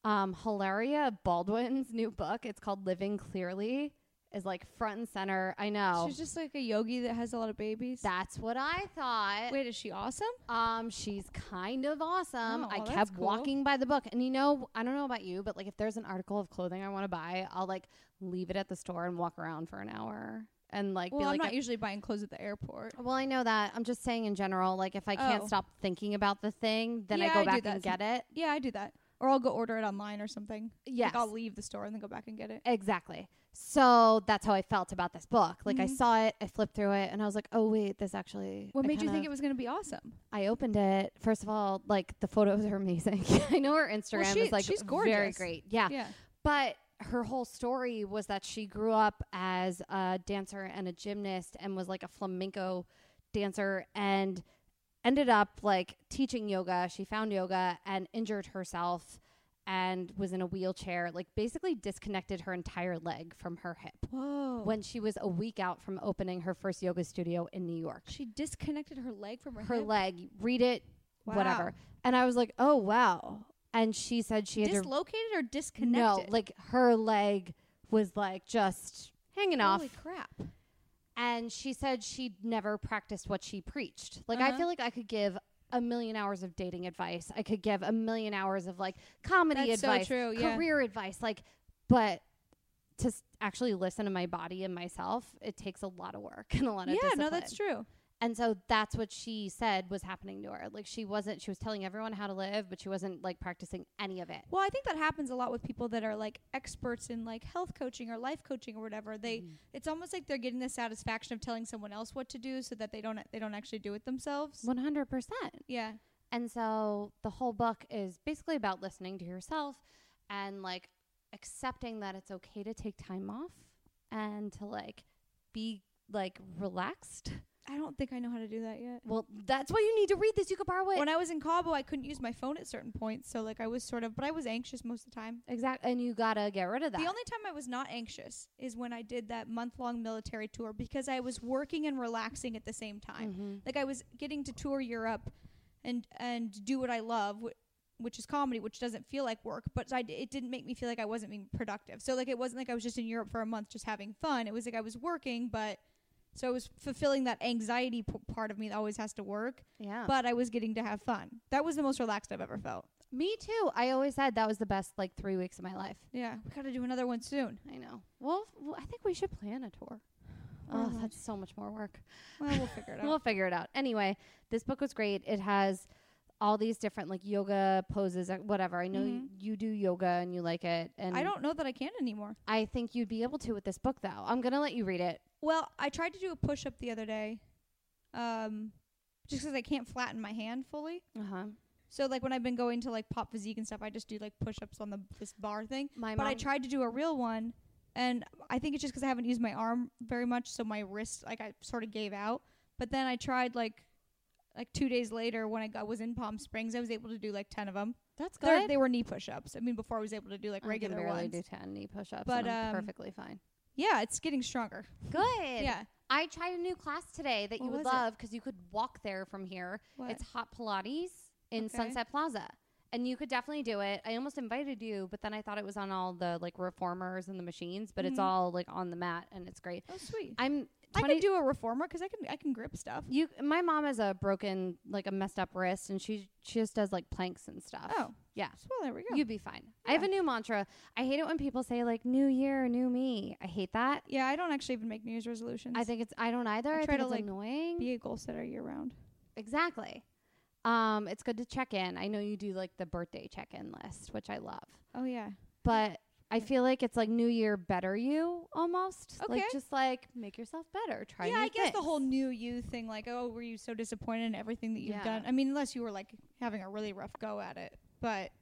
um, Hilaria Baldwin's new book. It's called Living Clearly. Is like front and center. I know
She's just like a yogi that has a lot of babies.
that's what I thought.
Wait, is she awesome?
Um, she's kind of awesome.
Oh,
I
that's
kept
cool.
walking by the book, and you know, I don't know about you, but like if there's an article of clothing I want to buy, I'll like leave it at the store and walk around for an hour and like
Well,
be
I'm
like.
not
I-
usually buying clothes at the airport.
well, I know that. I'm just saying in general, like if I can't
Oh.
stop thinking about the thing, then
Yeah,
I
I
go
do
back
that
and get it.
Yeah, I do that. Or I'll go order it online or something.
Yes.
Like I'll leave the store and then go back and get it.
Exactly. So that's how I felt about this book. Like I
Mhm.
saw it, I flipped through it, and I was like, "Oh wait, this actually."
What
I
made you
kinda-
think it was going to be awesome?
I opened it. First of all, like the photos are amazing. I know her Instagram
she-
is like
she's
very
gorgeous.
great. Yeah.
Yeah.
But her whole story was that she grew up as a dancer and a gymnast and was like a flamenco dancer and ended up like teaching yoga. She found yoga and injured herself and was in a wheelchair, like basically disconnected her entire leg from her hip
Whoa.
when she was a week out from opening her first yoga studio in New York
she disconnected her leg from her,
her
hip.
leg, read it,
Wow.
whatever. And I was like, oh wow. And she said she had
Dislocated or
to no,
disconnected?
like her leg was like just hanging off.
Holy crap.
And she said she'd never practiced what she preached. Like I
Uh-huh.
feel like I could give a million hours of dating advice. I could give a million hours of like comedy
That's so
advice,
true, yeah.
career advice, like but to s- actually listen to my body and myself, it takes a lot of work and a lot of
Yeah, no,
discipline.
that's true.
And so that's what she said was happening to her. Like she wasn't she was telling everyone how to live, but she wasn't like practicing any of it.
Well, I think that happens a lot with people that are like experts in like health coaching or life coaching or whatever. They it's almost like they're getting the satisfaction of telling someone else what to do so that they don't they don't actually do it themselves.
Mm-hmm. 100%.
Yeah.
And so the whole book is basically about listening to yourself and like accepting that it's okay to take time off and to like be like relaxed.
I don't think I know how to do that yet.
Well, that's why you need to read this. You could borrow it.
When I was in Cabo, I couldn't use my phone at certain points, so like I was sort of, but I was anxious most of the time.
exactly. And you got to get rid of that.
The only time I was not anxious is when I did that month-long military tour because I was working and relaxing at the same time.
Mhm.
Like I was getting to tour Europe and and do what I love, wh- which is comedy, which doesn't feel like work, but I d- it didn't make me feel like I wasn't being productive. So like it wasn't like I was just in Europe for a month just having fun. It was like I was working, but so I was fulfilling that anxiety p- part of me that always has to work,
Yeah.
but I was getting to have fun. That was the most relaxed I've ever felt.
Me too. I always said that was the best like 3 weeks of my life.
Yeah, we got to do another one soon.
I know. Well, f- w- I think we should plan a tour.
Or
Oh,
lunch.
that's so much more work.
Well, we'll figure it out.
We'll figure it out. Anyway, this book was great. It has all these different like yoga poses, uh, whatever. I know y-
Mhm.
you do yoga and you like it, and
I don't know that I can anymore.
I think you'd be able to with this book, though. I'm gonna let you read it.
Well, I tried to do a push up the other day, um, just because I can't flatten my hand fully.
Uh huh.
So like when I've been going to like pop physique and stuff, I just do like push-ups on the this bar thing.
My
but
mom.
I tried to do a real one, and I think it's just because I haven't used my arm very much, so my wrist like I sort of gave out. But then I tried like like two days later when I got, was in Palm Springs, I was able to do like ten of them.
That's good.
They were knee push-ups. I mean, before I was able to do like
I
regular
can barely
ones.
do ten knee push-ups,
But,
and I'm
um,
perfectly fine.
Yeah, it's getting stronger.
Good.
Yeah.
I tried a new class today that you
What
would
was it?
love because you could walk there from here.
What?
It's Hot Pilates in
Okay.
Sunset Plaza. And you could definitely do it. I almost invited you, but then I thought it was on all the like reformers and the machines, but it's
Mhm.
all like on the mat and it's great.
oh sweet.
I'm
I
20
can do a reformer because I can I can grip stuff.
you my mom has a broken like a messed up wrist and she she just does like planks and stuff.
Oh
Yeah.
so well, there we go.
You'd be fine. I have a
Yeah.
new mantra. I hate it when people say like new year, new me. I hate that.
yeah, I don't actually even make New Year's resolutions.
I think it's I don't either.
I
I,
try
think
to,
it's
like,
annoying.
be a goal setter year round.
Exactly. Um, it's good to check in. I know you do like the birthday check in list, which I love.
Oh yeah.
But I feel like it's like New Year better you almost. Like
Okay.
just like make yourself better. Try
yeah,
new
I guess the
things.
whole new you thing, like, oh, were you so disappointed in everything that you've
Yeah.
done? I mean, unless you were like having a really rough go at it, but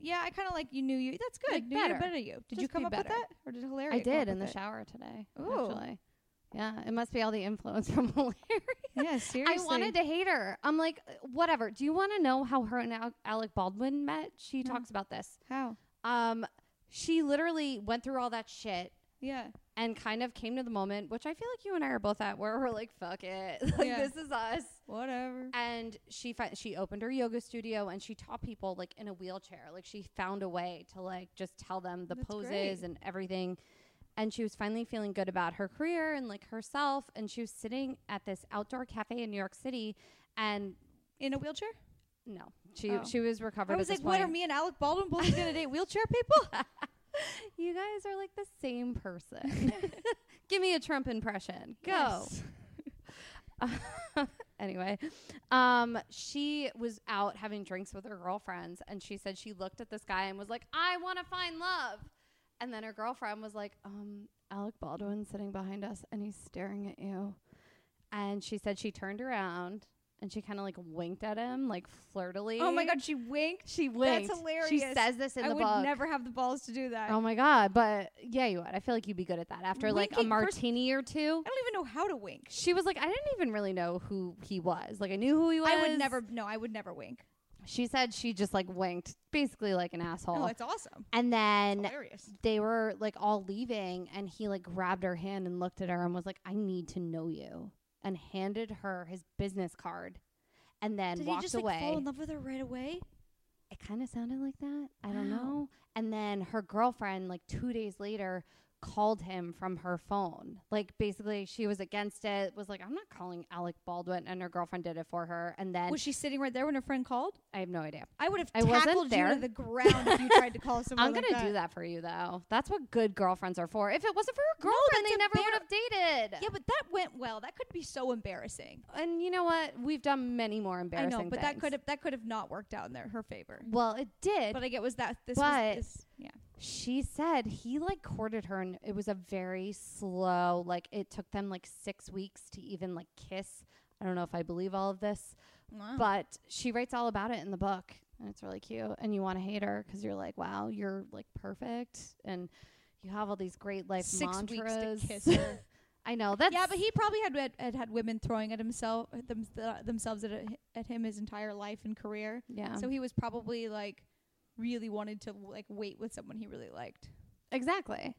yeah, I kind of like you knew you. That's good.
Like,
new year
better.
better you. Did you
Just be
come up with
better.
that, or did Hilary?
I did in the shower today.
Ooh.
Actually. Yeah. It must be all the influence from Hilary.
Yeah, seriously.
I wanted to hate her. I'm like, "Uh, whatever. Do you want to know how her and Al- Alec Baldwin met? She
No.
talks about this.
How?
Um, she literally went through all that shit
Yeah.
and kind of came to the moment, which I feel like you and I are both at, where we're like, "Fuck it, like
Yeah.
this is us."
Whatever.
And she fi- she opened her yoga studio and she taught people like in a wheelchair, like she found a way to like just tell them the
That's
poses
great.
and everything. And she was finally feeling good about her career and like herself. And she was sitting at this outdoor cafe in New York City, and
In a wheelchair?
no, she
Oh.
she was recovered.
I
at
was
this
like, what are
point.
me and Alec Baldwin both gonna date wheelchair people?
You guys are like the same person. Give me a Trump impression. Go.
Yes.
anyway, um, she was out having drinks with her girlfriends, and she said she looked at this guy and was like, "I want to find love," and then her girlfriend was like, "Um, Alec Baldwin's sitting behind us, and he's staring at you," and she said she turned around and she kind of like winked at him, like flirtily.
Oh my god, she winked.
she winked. She
hilarious.
says this in
I
the
would
book.
never have the balls to do that.
Oh my god! But yeah, you would. I feel like you'd be good at that. After like a
Winking first-
martini or two,
I don't even know how to wink.
she was like, I didn't even really know who he was. Like I knew who he was.
I would never. No, I would never wink.
She said she just like winked, basically like an asshole.
Oh, it's awesome.
and then
Hilarious.
they were like all leaving, and he like grabbed her hand and looked at her and was like, "I need to know you," and handed her his business card, and then
Did he
walked
just
away.
like fall in love with her right away?
it kind of sounded like that. I don't
Wow.
know. And then her girlfriend, like two days later, called him from her phone. Like basically, she was against it. Was like, I'm not calling Alec Baldwin, and her girlfriend did it for her. And then
Was she sitting right there when her friend called?
I have no idea.
I would have
I wasn't
tackled you
there.
to the ground if you tried to call someone.
I'm gonna do that for you though. That's what good girlfriends are for. If it wasn't for her
No,
girlfriend,
that's
they never
embar-
would have dated.
Yeah, but that went well. That could be so embarrassing.
And you know what? We've done many more
I
embarrassing.
know, but that
things.
could have that could have not worked out in their her favor.
Well, it did.
But I get was that this was
But-
this, yeah.
she said he like courted her and it was a very slow like it took them like six weeks to even like kiss i don't know if i believe all of this
Oh.
but she writes all about it in the book and it's really cute and you want to hate her because you're like wow you're like perfect and you have all these great life
six
mantras
weeks to kiss her.
i know that's
yeah, but he probably had had, had, had women throwing at himself at them, themselves at, at him his entire life and career.
yeah
So he was probably like really wanted to like wait with someone he really liked.
exactly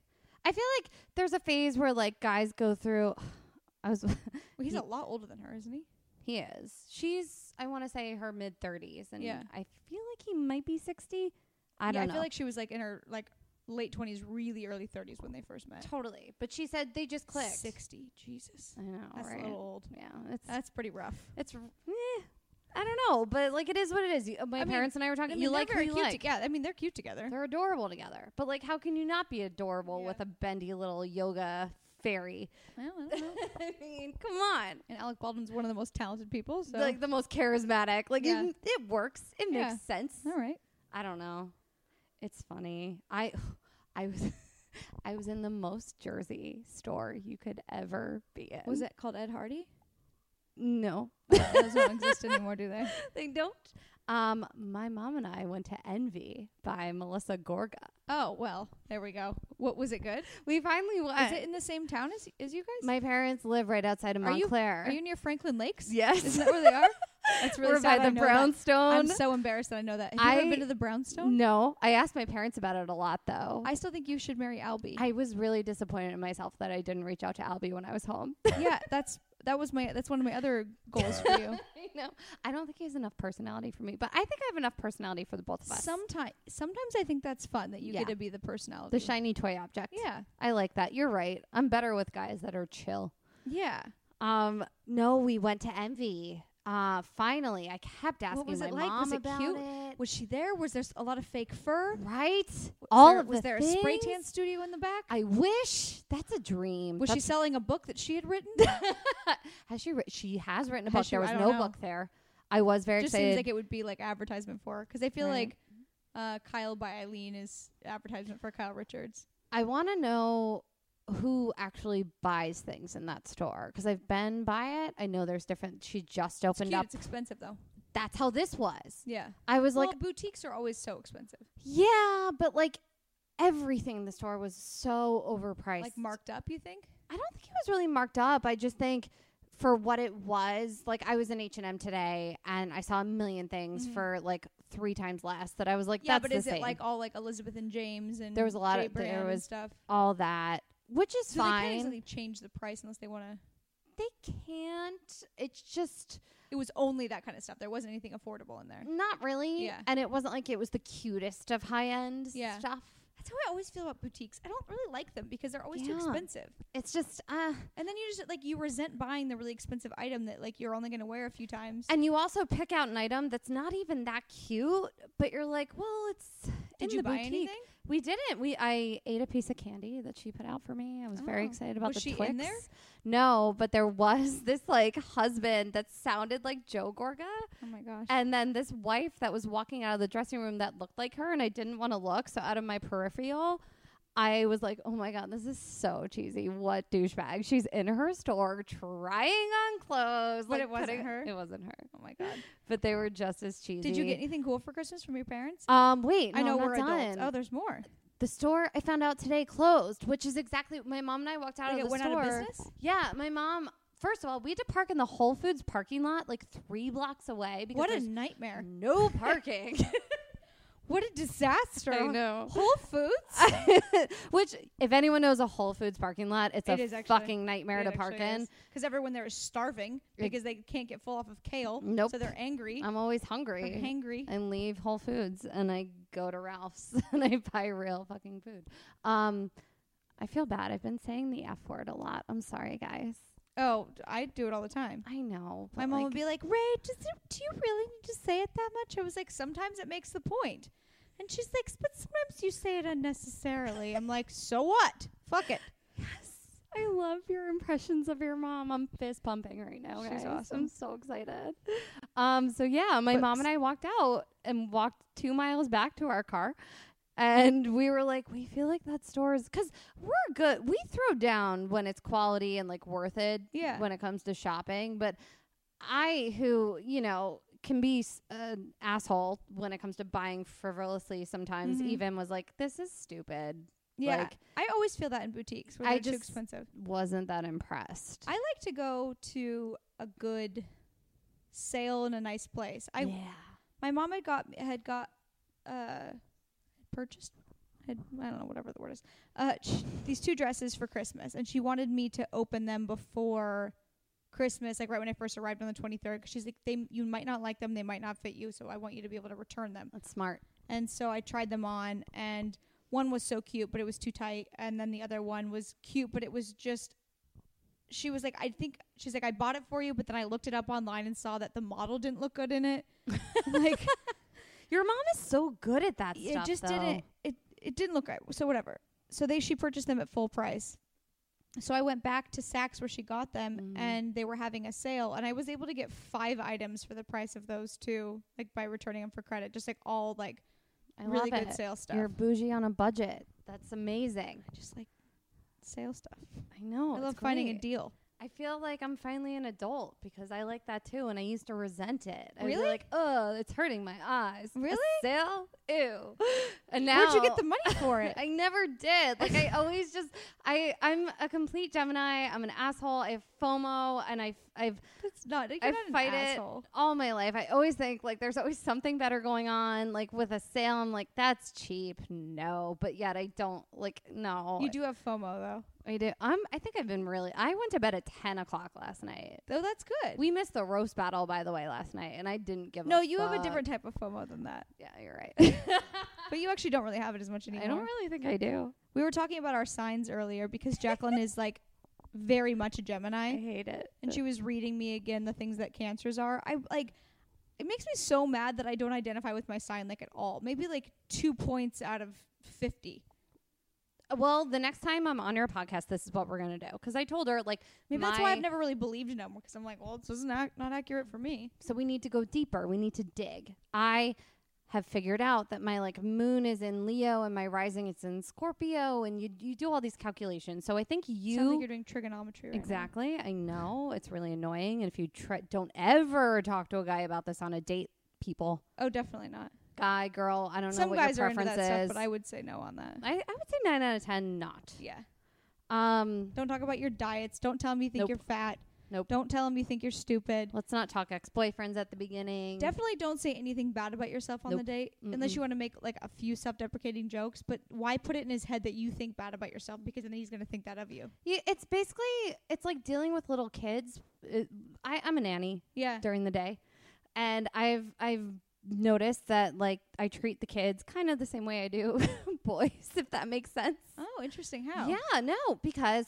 i feel like there's a phase where like guys go through i was
Well, he's
Ye-
a lot older than her, isn't he?
He is. She's I want to say her mid 30s and
Yeah.
I feel like he might be 60. I
yeah,
don't
I
know.
feel like she was like in her like late twenties, really early thirties when they first met.
totally. But she said they just clicked. Oh,
Sixty, Jesus,
I know,
that's
right?
a little old.
yeah, it's
That's pretty rough.
it's eh, I don't know, but like it is what it is. You- uh, My
I mean,
parents and I were
I
talking
mean,
you
they're
like who
very
you
cute
like.
together. I mean, they're cute together.
They're adorable together. But like how can you not be adorable
Yeah.
with a bendy little yoga fairy? I mean, come on.
and Alec Baldwin's one of the most talented people. So,
Like the most charismatic. Like
Yeah.
it, it works. It
Yeah.
makes sense.
all right,
I don't know. It's funny. I I was I was in the most Jersey store you could ever be in.
was it called Ed Hardy?
No,
Those don't exist anymore, do they?
they don't. Um, my mom and I went to Envy by Melissa Gorga.
Oh well, there we go. What was it good?
We finally went.
Is it in the same town as as you guys?
my parents live right outside of
Are you-
Montclair.
are you near Franklin Lakes?
yes.
Isn't that where they are? That's really
We're
sad.
by
I
the
know that. I'm
brownstone.
so embarrassed that I know that. Have you ever
I-
been to the brownstone?
no, I asked my parents about it a lot though. I,
I still think you should marry Albie.
was really disappointed in myself that I didn't reach out to Albie when I was home.
yeah, that's that was my that's one of my other goals for you.
I know. I don't think he has enough personality for me, but I think I have enough personality for the both of us.
Sometimes sometimes I think that's fun that you
Yeah.
get to be the personality.
the shiny toy object.
yeah.
I like that. You're right. I'm better with guys that are chill.
Yeah.
Um, no, we went to Envy. Uh, finally, I kept asking
was
my
it like?
mom
Was it
about
cute?
it.
Was she there? Was there s- a lot of fake fur? Was
Right? All
there,
of
was
the
there a spray tan
things?
studio in the back?
I wish that's a dream.
was she
That's-
selling a book that she had written?
has she? Writ- she has written a
Has
book.
she-
there was
I don't
no
know.
book there. I was very
just
excited.
seems like it would be like advertisement for because I feel
Right.
like uh, Kyle by Eileen is advertisement for Kyle Richards.
I want to know who actually buys things in that store because I've been by it. I know there's different. She just
It's, cute,
opened up.
it's expensive though.
That's how this was.
Yeah,
I was
well,
like,
boutiques are always so expensive,
yeah, but like everything in the store was so overpriced.
like marked up. You think?
I don't think it was really marked up. I just think for what it was, like I was in H and M today and I saw a million things
Mhm.
for like three times less. That I was like,
yeah,
that's
but
the
is
same.
it like all like Elizabeth and James and
There was a lot
J.
of- there
Brand and
was
stuff.
all that, which is
So they can't
fine.
easily change the price unless they want to.
they can't. It's just
It was only that kind of stuff. There wasn't anything affordable in there.
not really.
Yeah.
And it wasn't like it was the cutest of high end
Yeah.
stuff.
That's how I always feel about boutiques. I don't really like them because they're always too
Yeah.
expensive.
It's just uh
And then you just like you resent buying the really expensive item that like you're only going to wear a few times.
and you also pick out an item that's not even that cute, but you're like, well, it's in
Did you
the
buy
boutique.
anything?
We didn't. We I ate a piece of candy that she put out for me. I was very
Oh.
excited about
Was
the
she
Twix.
in there?
No, but there was this like husband that sounded like Joe Gorga,
Oh my gosh.
and then this wife that was walking out of the dressing room that looked like her, and I didn't want to look, so out of my peripheral. I was like, oh my God, this is so cheesy. What douchebag. She's in her store trying on clothes.
But
like,
it wasn't
putting-
her?
It wasn't her.
Oh my god.
But they were just as cheesy.
Did you get anything cool for Christmas from your parents?
Um, wait.
I
no,
know
I'm not
we're
done.
adults. Oh, there's more.
The store I found out today closed, which is exactly my mom and I walked
Like
out of
it
the
went
store.
out of business.
Yeah, my mom. First of all, we had to park in the Whole Foods parking lot, like three blocks away, because
What a
there's
nightmare.
no parking.
What a disaster.
know.
Whole Foods.
Which, if anyone knows a Whole Foods parking lot, it's
It
a
is actually.
fucking nightmare to park in.
Because everyone there is starving because they can't get full off of kale.
Nope.
So they're angry.
I'm always
Or
hungry.
hangry.
and leave Whole Foods and I go to Ralph's and I buy real fucking food. Um, I feel bad. I've been saying the F word a lot. I'm sorry, guys.
Oh, I do it all the time.
I know.
My
but,
mom
like,
would be like, Ray, does it, do you really need to say it that much? I was like, sometimes it makes the point. And she's like, but sometimes you say it unnecessarily. I'm like, so what? Fuck it.
I love your impressions of your mom. I'm fist pumping right now.
She's
guys.
awesome.
I'm so excited. Um, so yeah, my
But-
mom and I walked out and walked two miles back to our car, and we were like, we feel like that store is because we're good. We throw down when it's quality and like worth it.
Yeah.
When it comes to shopping, but I, who you know, can be s- an asshole when it comes to buying frivolously. Sometimes
Mhm.
even was like, this is stupid.
Yeah.
Like,
I always feel that in boutiques where
I
they're too
just-
expensive.
wasn't that impressed.
I like to go to a good sale in a nice place. I
yeah.
my mom had got had got uh purchased had I don't know whatever the word is. Uh sh- these two dresses for Christmas and she wanted me to open them before Christmas, like right when I first arrived on the 23rd, 'cause she's like, they you might not like them, they might not fit you, so I want you to be able to return them.
That's smart.
And so I tried them on, and one was so cute, but it was too tight. And then the other one was cute, but it was just. She was like, I think she's like, I bought it for you, but then I looked it up online and saw that the model didn't look good in it. like
Your mom is so good at that
it just didn't. It it didn't look right. So whatever. So they she purchased them at full price. So I went back to Saks where she got them,
Mm.
and they were having a sale, and I was able to get five items for the price of those two, like by returning them for credit, just like all like
I
really
love
good
it.
sale stuff.
You're bougie on a budget. That's amazing.
I just like sale stuff.
I know.
I
it's
love finding a
Oh, great.
deal.
I feel like I'm finally an adult because I like that too, and I used to resent it. I'd be
Really?
like, oh, it's hurting my eyes. A
Really?
sale? Ew. And now
Where'd you get the money for it?
I never did. Like I always just I I'm a complete Gemini. I'm an asshole. I have FOMO, and I I've
That's not. You're
I
not an
fight it.
asshole.
all my life. I always think like there's always something better going on. Like with a sale, I'm like that's cheap. No, but yet I don't like no.
You do have FOMO though.
I do. I'm. I think I've been really. I went to bed at ten o'clock last night.
Though that's good.
We missed the roast battle, by the way, last night, and I didn't give.
no,
a
you have a
fuck.
different type of FOMO than that.
Yeah, you're right.
But you actually don't really have it as much anymore.
I don't really think I do.
we were talking about our signs earlier because Jacqueline is like very much a
I
Gemini,
hate it.
and she was reading me again the things that cancers are. I like. It makes me so mad that I don't identify with my sign like at all. Maybe like two points out of fifty.
Well, the next time I'm on your podcast, this is what we're gonna do. Because I told her like
Maybe that's why I've
my-
never really believed in them because I'm like, well, this is not not accurate for me.
So we need to go deeper. We need to dig. I have figured out that my like moon is in Leo and my rising is in Scorpio, and you you do all these calculations. So I think you
Sounds like you're doing trigonometry. Right now.
Exactly. I know. It's really annoying. And if you try, don't ever talk to a guy about this on a date, people,
Oh, definitely not.
guy, girl, I don't
Some
know what
guys
your
are into
preference
that stuff,
is.
but I would say no on that.
I, I would say nine out of 10, not.
Yeah.
Um,
Don't talk about your diets. Don't tell them you think
Nope.
you're fat.
Nope.
Don't tell them you think you're stupid.
let's not talk ex boyfriends at the beginning.
Definitely don't say anything bad about yourself on the
Nope.
date unless
Mm-mm.
you want to make like a few self-deprecating jokes. But why put it in his head that you think bad about yourself because then he's gonna think that of you.
You- it's basically, it's like dealing with little kids. It- I, I'm a nanny.
Yeah.
during the day. And I've I've noticed that like I treat the kids kind of the same way I do boys, if that makes sense.
Oh, interesting. How?
Yeah, no, because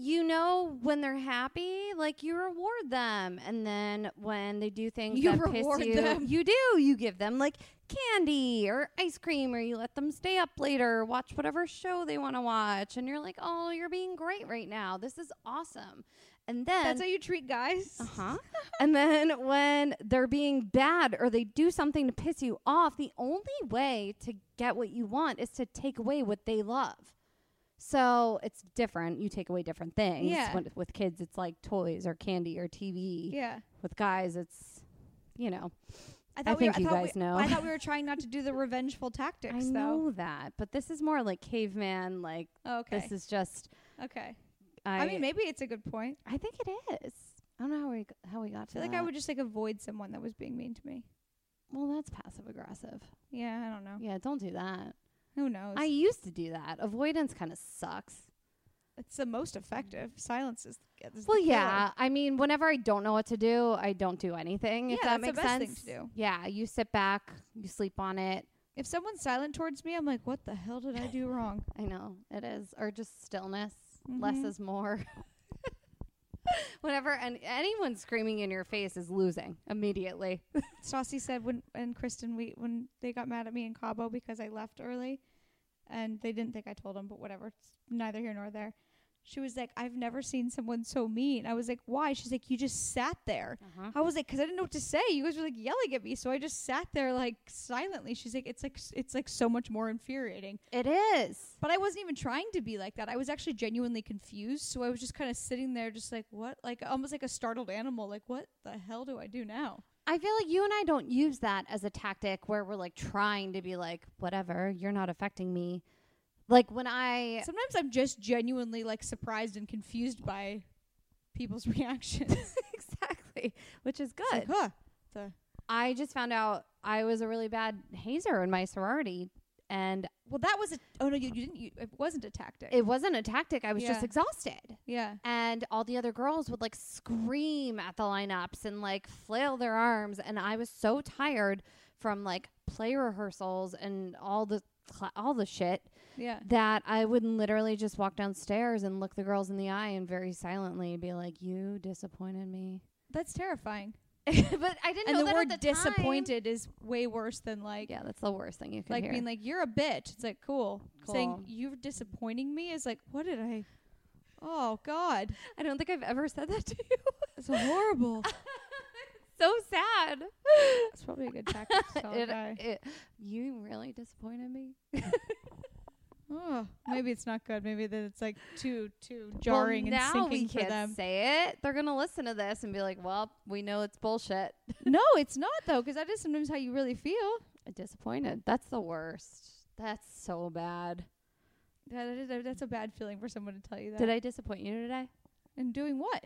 you know when they're happy, like you reward them, and then when they do things
You
that
reward
piss you,
them.
you do you give them like candy or ice cream, or you let them stay up later, watch whatever show they want to watch, and you're like, oh, you're being great right now. This is awesome. And then
That's how you treat guys.
uh huh. and then when they're being bad or they do something to piss you off, the only way to get what you want is to take away what they love. So it's different. You take away different things.
Yeah.
When- with kids, it's like toys or candy or TV.
Yeah.
With guys, it's, you know,
I
I
thought we were,
think
I
you
thought
guys
we,
know.
I thought we were trying not to do the revengeful tactics
I know that. But this is more like caveman. Like,
though. Okay.
this is just,
okay.
I,
I, mean, maybe it's a good point.
I think it is. I don't know how we, g- how we got
I
to
feel like
that.
I would just like avoid someone that was being mean to me.
Well, that's passive aggressive.
Yeah, I don't know.
Yeah, don't do that.
Who knows?
I used to do that. Avoidance kind of sucks.
it's the most effective. Silence is. is the
Well,
killer.
yeah. I mean, whenever I don't know what to do, I don't do anything. if
Yeah,
that
that's
makes
the best
sense.
thing to do.
Yeah, you sit back, you sleep on it.
If someone's silent towards me, I'm like, what the hell did I do wrong?
I know it is, or just stillness. Less
Mhm.
is more. whenever and anyone screaming in your face is losing immediately.
Saucy said when and Kristen we when they got mad at me in Cabo because I left early, and they didn't think I told them, but whatever. It's neither here nor there. She was like, I've never seen someone so mean. I was like, why? She's like, you just sat there.
Uh-huh.
I was like, because I didn't know what to say. You guys were like yelling at me, so I just sat there like silently. She's like, it's like s- it's like so much more infuriating.
It is.
But I wasn't even trying to be like that. I was actually genuinely confused, so I was just kind of sitting there, just like what, like almost like a startled animal. Like, what the hell do I do now?
I feel like you and I don't use that as a tactic where we're like trying to be like, whatever, you're not affecting me. Like when I
Sometimes I'm just genuinely like surprised and confused by people's reactions. It's
exactly, which is good.
like, huh. The
I just found out I was a really bad hazer in my sorority, and
well, that was a. Oh no, you, you didn't. You, it wasn't a tactic.
it wasn't a tactic. I was just
Yeah.
exhausted,
yeah.
and all the other girls would like scream at the lineups and like flail their arms, and I was so tired from like play rehearsals and all the cla all the shit
Yeah.
that I would literally just walk downstairs and look the girls in the eye and very silently be like, "You disappointed me,"
That's terrifying.
but I didn't
and
know
the
that
word
at the time.
disappointed is way worse than like
Yeah, that's the worst thing you could
like
hear.
being like you're a bitch. It's like cool.
Cool.
Saying you're disappointing me is like what did I? Oh God,
I don't think I've ever said that to you.
it's horrible.
so sad.
That's probably a good tactic. To tell a
It-
guy.
it- you really disappointed me.
Oh, maybe it's not good. Maybe that it's like too too jarring
well,
and
now
sinking
we
for
can't
them.
say it. They're gonna listen to this and be like, "Well, we know it's bullshit."
no, it's not though, because that is sometimes how you really feel.
Disappointed. That's the worst. That's so bad.
That is, that's a bad feeling for someone to tell you that.
Did I disappoint you today?
And doing what?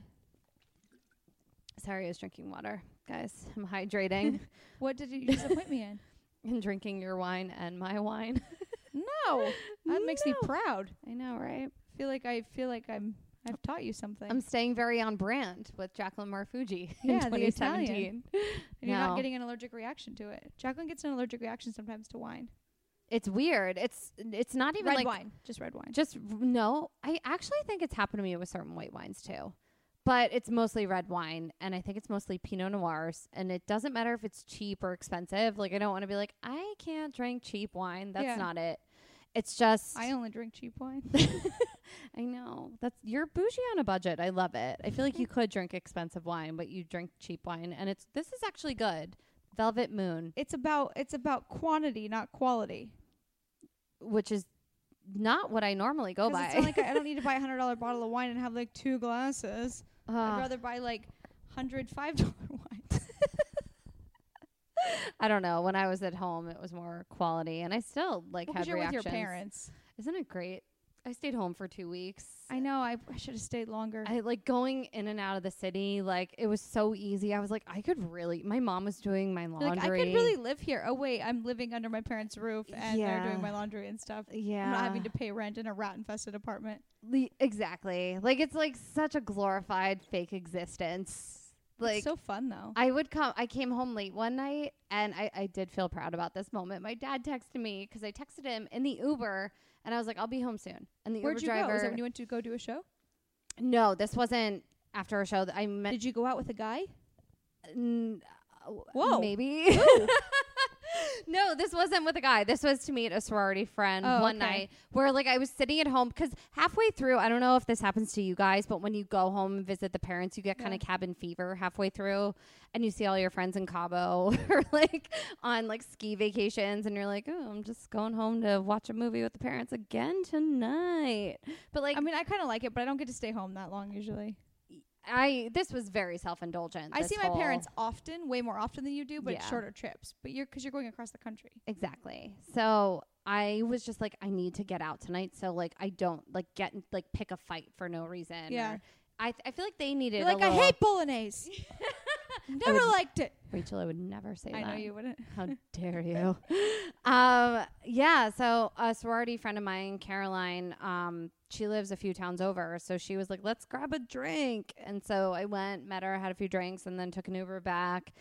Sorry, I was drinking water, guys. I'm hydrating
What did you disappoint me in?
and drinking your wine and my wine.
No, that makes me
No.
proud.
I know, right?
Feel like I feel like I'm I've taught you something.
I'm staying very on brand with Jacqueline Marfuji in
Yeah, the Italian.
2017.
and you're
no.
not getting an allergic reaction to it. Jacqueline gets an allergic reaction sometimes to wine.
It's weird. It's it's not even
red
like
wine, just red wine.
just no. I actually think it's happened to me with certain white wines too. But it's mostly red wine and I think it's mostly Pinot Noirs and it doesn't matter if it's cheap or expensive. Like I don't want to be like I can't drink cheap wine. That's
Yeah.
not it. It's just
I only drink cheap wine.
I know. That's you're bougie on a budget. I love it. I feel like you could drink expensive wine, but you drink cheap wine and it's this is actually good. Velvet Moon,
it's about it's about quantity, not quality.
which is not what I normally go
'Cause
by.
It's not like I, I don't need to buy a hundred dollar bottle of wine and have like two glasses. I'd
Ugh.
rather buy like hundred five dollar wine.
I don't know. When I was at home, it was more quality and I still like
Because
had
you're
reactions.
with your parents.
Isn't it great? I stayed home for 2 weeks.
I know. I, I should have stayed longer.
I like going in and out of the city. Like it was so easy. I was like, I could really. My mom was doing my
You're
laundry.
like I could really live here. Oh wait, I'm living under my parents' roof and they're
Yeah.
doing my laundry and stuff.
Yeah.
I'm not having to pay rent in a rat infested apartment.
Le- exactly. Like it's like such a glorified fake existence. Like
it's so fun though.
I would come. I came home late one night, and I, I did feel proud about this moment. My dad texted me because I texted him in the Uber, and I was like, "I'll be home soon." And the
Where'd
Uber
you
driver.
go? Is that when you went to go do a show?
no, this wasn't after a show. That I met.
Did you go out with a guy?
n-
Whoa.
Maybe. no, this wasn't with a guy. This was to meet a sorority friend
Oh,
one
okay.
night where, like, I was sitting at home because halfway through, I don't know if this happens to you guys, but when you go home and visit the parents, you get kind
Yeah.
of cabin fever halfway through and you see all your friends in Cabo or, like, on, like, ski vacations and you're like, oh, I'm just going home to watch a movie with the parents again tonight. But, like,
I mean, I kind of like it, but I don't get to stay home that long usually.
I, this was very self indulgent.
I see my parents often, way more often than you do, but it's
Yeah.
shorter trips. But you're because you're going across the country.
Exactly. So I was just like, I need to get out tonight. So like, I don't like get like pick a fight for no reason.
Yeah.
or- I th- I feel like they needed.
You're
a
like, I
little-
hate bolognese. Never
would-
liked it.
Rachel. I would never say
I
that.
know you wouldn't.
How dare you? um, yeah. So a sorority friend of mine, Caroline, um, she lives a few towns over. So she was like, let's grab a drink. And so I went, met her, had a few drinks, and then took an Uber back.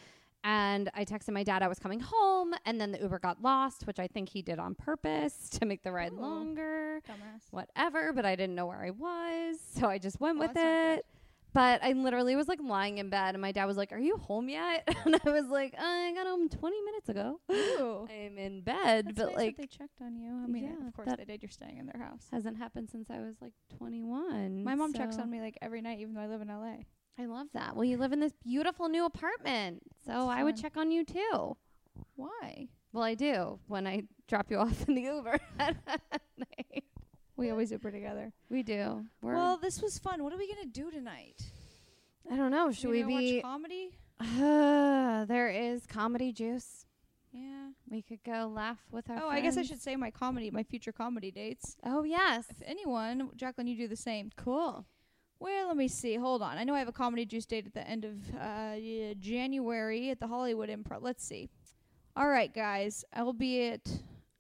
And I texted my dad I was coming home. And then the Uber got lost, which I think he did on purpose to make the ride
Ooh.
longer,
Dumbass.
whatever. But I didn't know where I was. So I just went
Oh,
with
that's not good.
it. But I literally was like lying in bed, and my dad was like, "Are you home yet?" And I was like, "I got home 20 minutes ago."
Ooh.
I'm in bed,
That's
but
nice that
like
they checked on you. I mean,
Yeah,
of course
that-
they did. You're staying in their house.
hasn't happened since I was like 21.
My mom checks
so-
on me like every night, even though I live in LA.
I love that. Well, you live in this beautiful new apartment, so I would
fun.
check on you too.
Why?
Well, I do when I drop you off in the Uber. at night.
We always Uber together.
we do. We're,
Well, this was fun. What are we gonna do tonight?
I don't know. Should we
gonna
be?
watch comedy?
Uh, there is comedy juice.
Yeah.
We could go laugh with our.
Oh, I guess I
friends.
should say my comedy, my future comedy dates.
Oh yes.
If anyone, Jacqueline, you do the same.
Cool.
Well, let me see. Hold on. I know I have a comedy juice date at the end of uh, yeah, January at the Hollywood Improv. Let's see. All right, guys. I'll be at.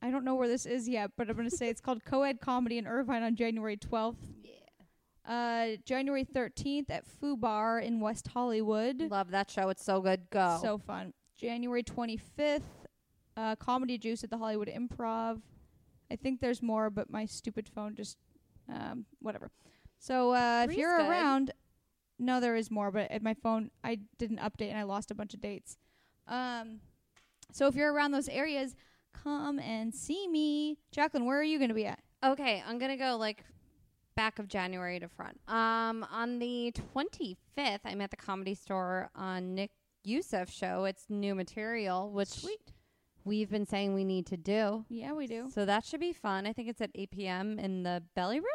I don't know where this is yet, but I'm going to say it's called Coed Comedy in Irvine on January 12th.
Yeah.
Uh, January 13th at Foo Bar in West Hollywood.
Love that show. It's so good. Go.
So fun. January 25th, uh, Comedy Juice at the Hollywood Improv. I think there's more, but my stupid phone just, um, whatever. So uh, if
Three's
you're
good.
around, no, there is more, but at my phone, I didn't update and I lost a bunch of dates. Um, so if you're around those areas, come and see me. Jacqueline, where are you going to be at?
Okay, I'm gonna go like back of January to front. Um, on the 25th, I'm at the Comedy Store on Nick Youssef show. It's new material, which we've been saying we need to do.
Yeah, we do.
So that should be fun. I think it's at 8 p.m. in the belly room.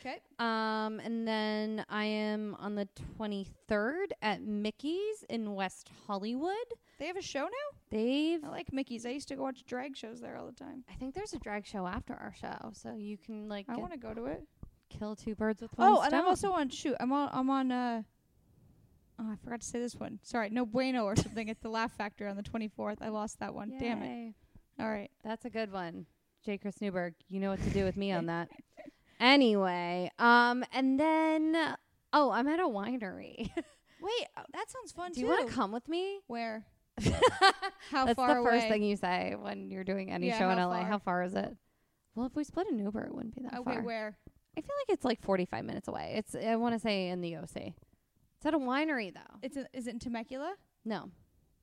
Okay.
Um, and then I am on the 23rd at Mickey's in West Hollywood.
They have a show now?
They've,
I like Mickey's. I used to go watch drag shows there all the time.
I think there's a drag show after our show, so you can like
I
get-
want to go to it.
kill two birds with one
Oh, and I'm
stone.
also on shoot. I'm on I'm on uh Oh, I forgot to say this one. Sorry, no bueno or something at the Laugh Factory on the 24th. I lost that one. Damn it.
Yay.
All right.
That's a good one. J. Chris Newberg, you know what to do with me on that. Anyway, um, and then oh, I'm at a winery.
Wait, uh, that sounds fun
do you want to come with me?
Where?
That's
How far
the
away?
first thing you say when you're doing any
Yeah,
show in
how
LA.
far?
How far Oh, is it? Well, if we split an Uber, it wouldn't be that
Uh,
far.
wait, where?
I feel like it's like 45 minutes away. It's I want to say in the OC. It's at a winery though.
It's in, is it in Temecula?
No.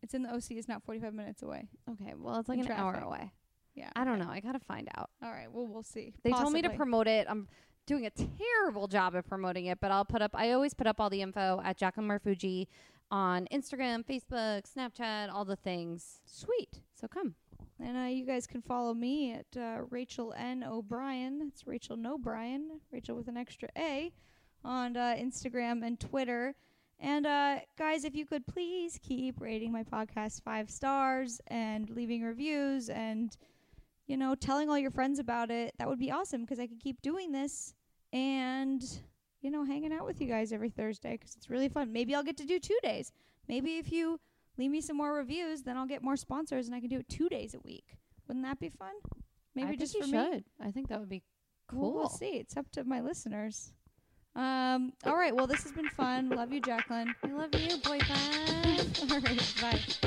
It's in the OC. It's not 45 minutes away.
Okay. Well, it's like
In
an hour
traffic.
away.
Yeah.
I don't know. I gotta find out.
All right. Well, we'll see.
They told me to
Possibly.
promote it. I'm doing a terrible job at promoting it, but I'll put up. I always put up all the info at Jacqueline Marfuji on Instagram, Facebook, Snapchat, all the things.
Sweet.
So come.
And uh, you guys can follow me at uh, Rachel N O'Brien. That's Rachel N O'Brien, Rachel with an extra A, on uh, Instagram and Twitter. And uh, guys, if you could please keep rating my podcast five stars and leaving reviews and you know telling all your friends about it, that would be awesome because I could keep doing this and you know hanging out with you guys every Thursday because it's really fun. Maybe I'll get to do two days. Maybe if you leave me some more reviews, then I'll get more sponsors and I can do it two days a week. Wouldn't that be fun? Maybe
I
just
think
for
you
me.
should. I think that would be
Well,
cool.
we'll see. It's up to my listeners. Um, all right. Well, this has been fun. Love you, Jacqueline.
I love you, boyfriend. all right. Bye.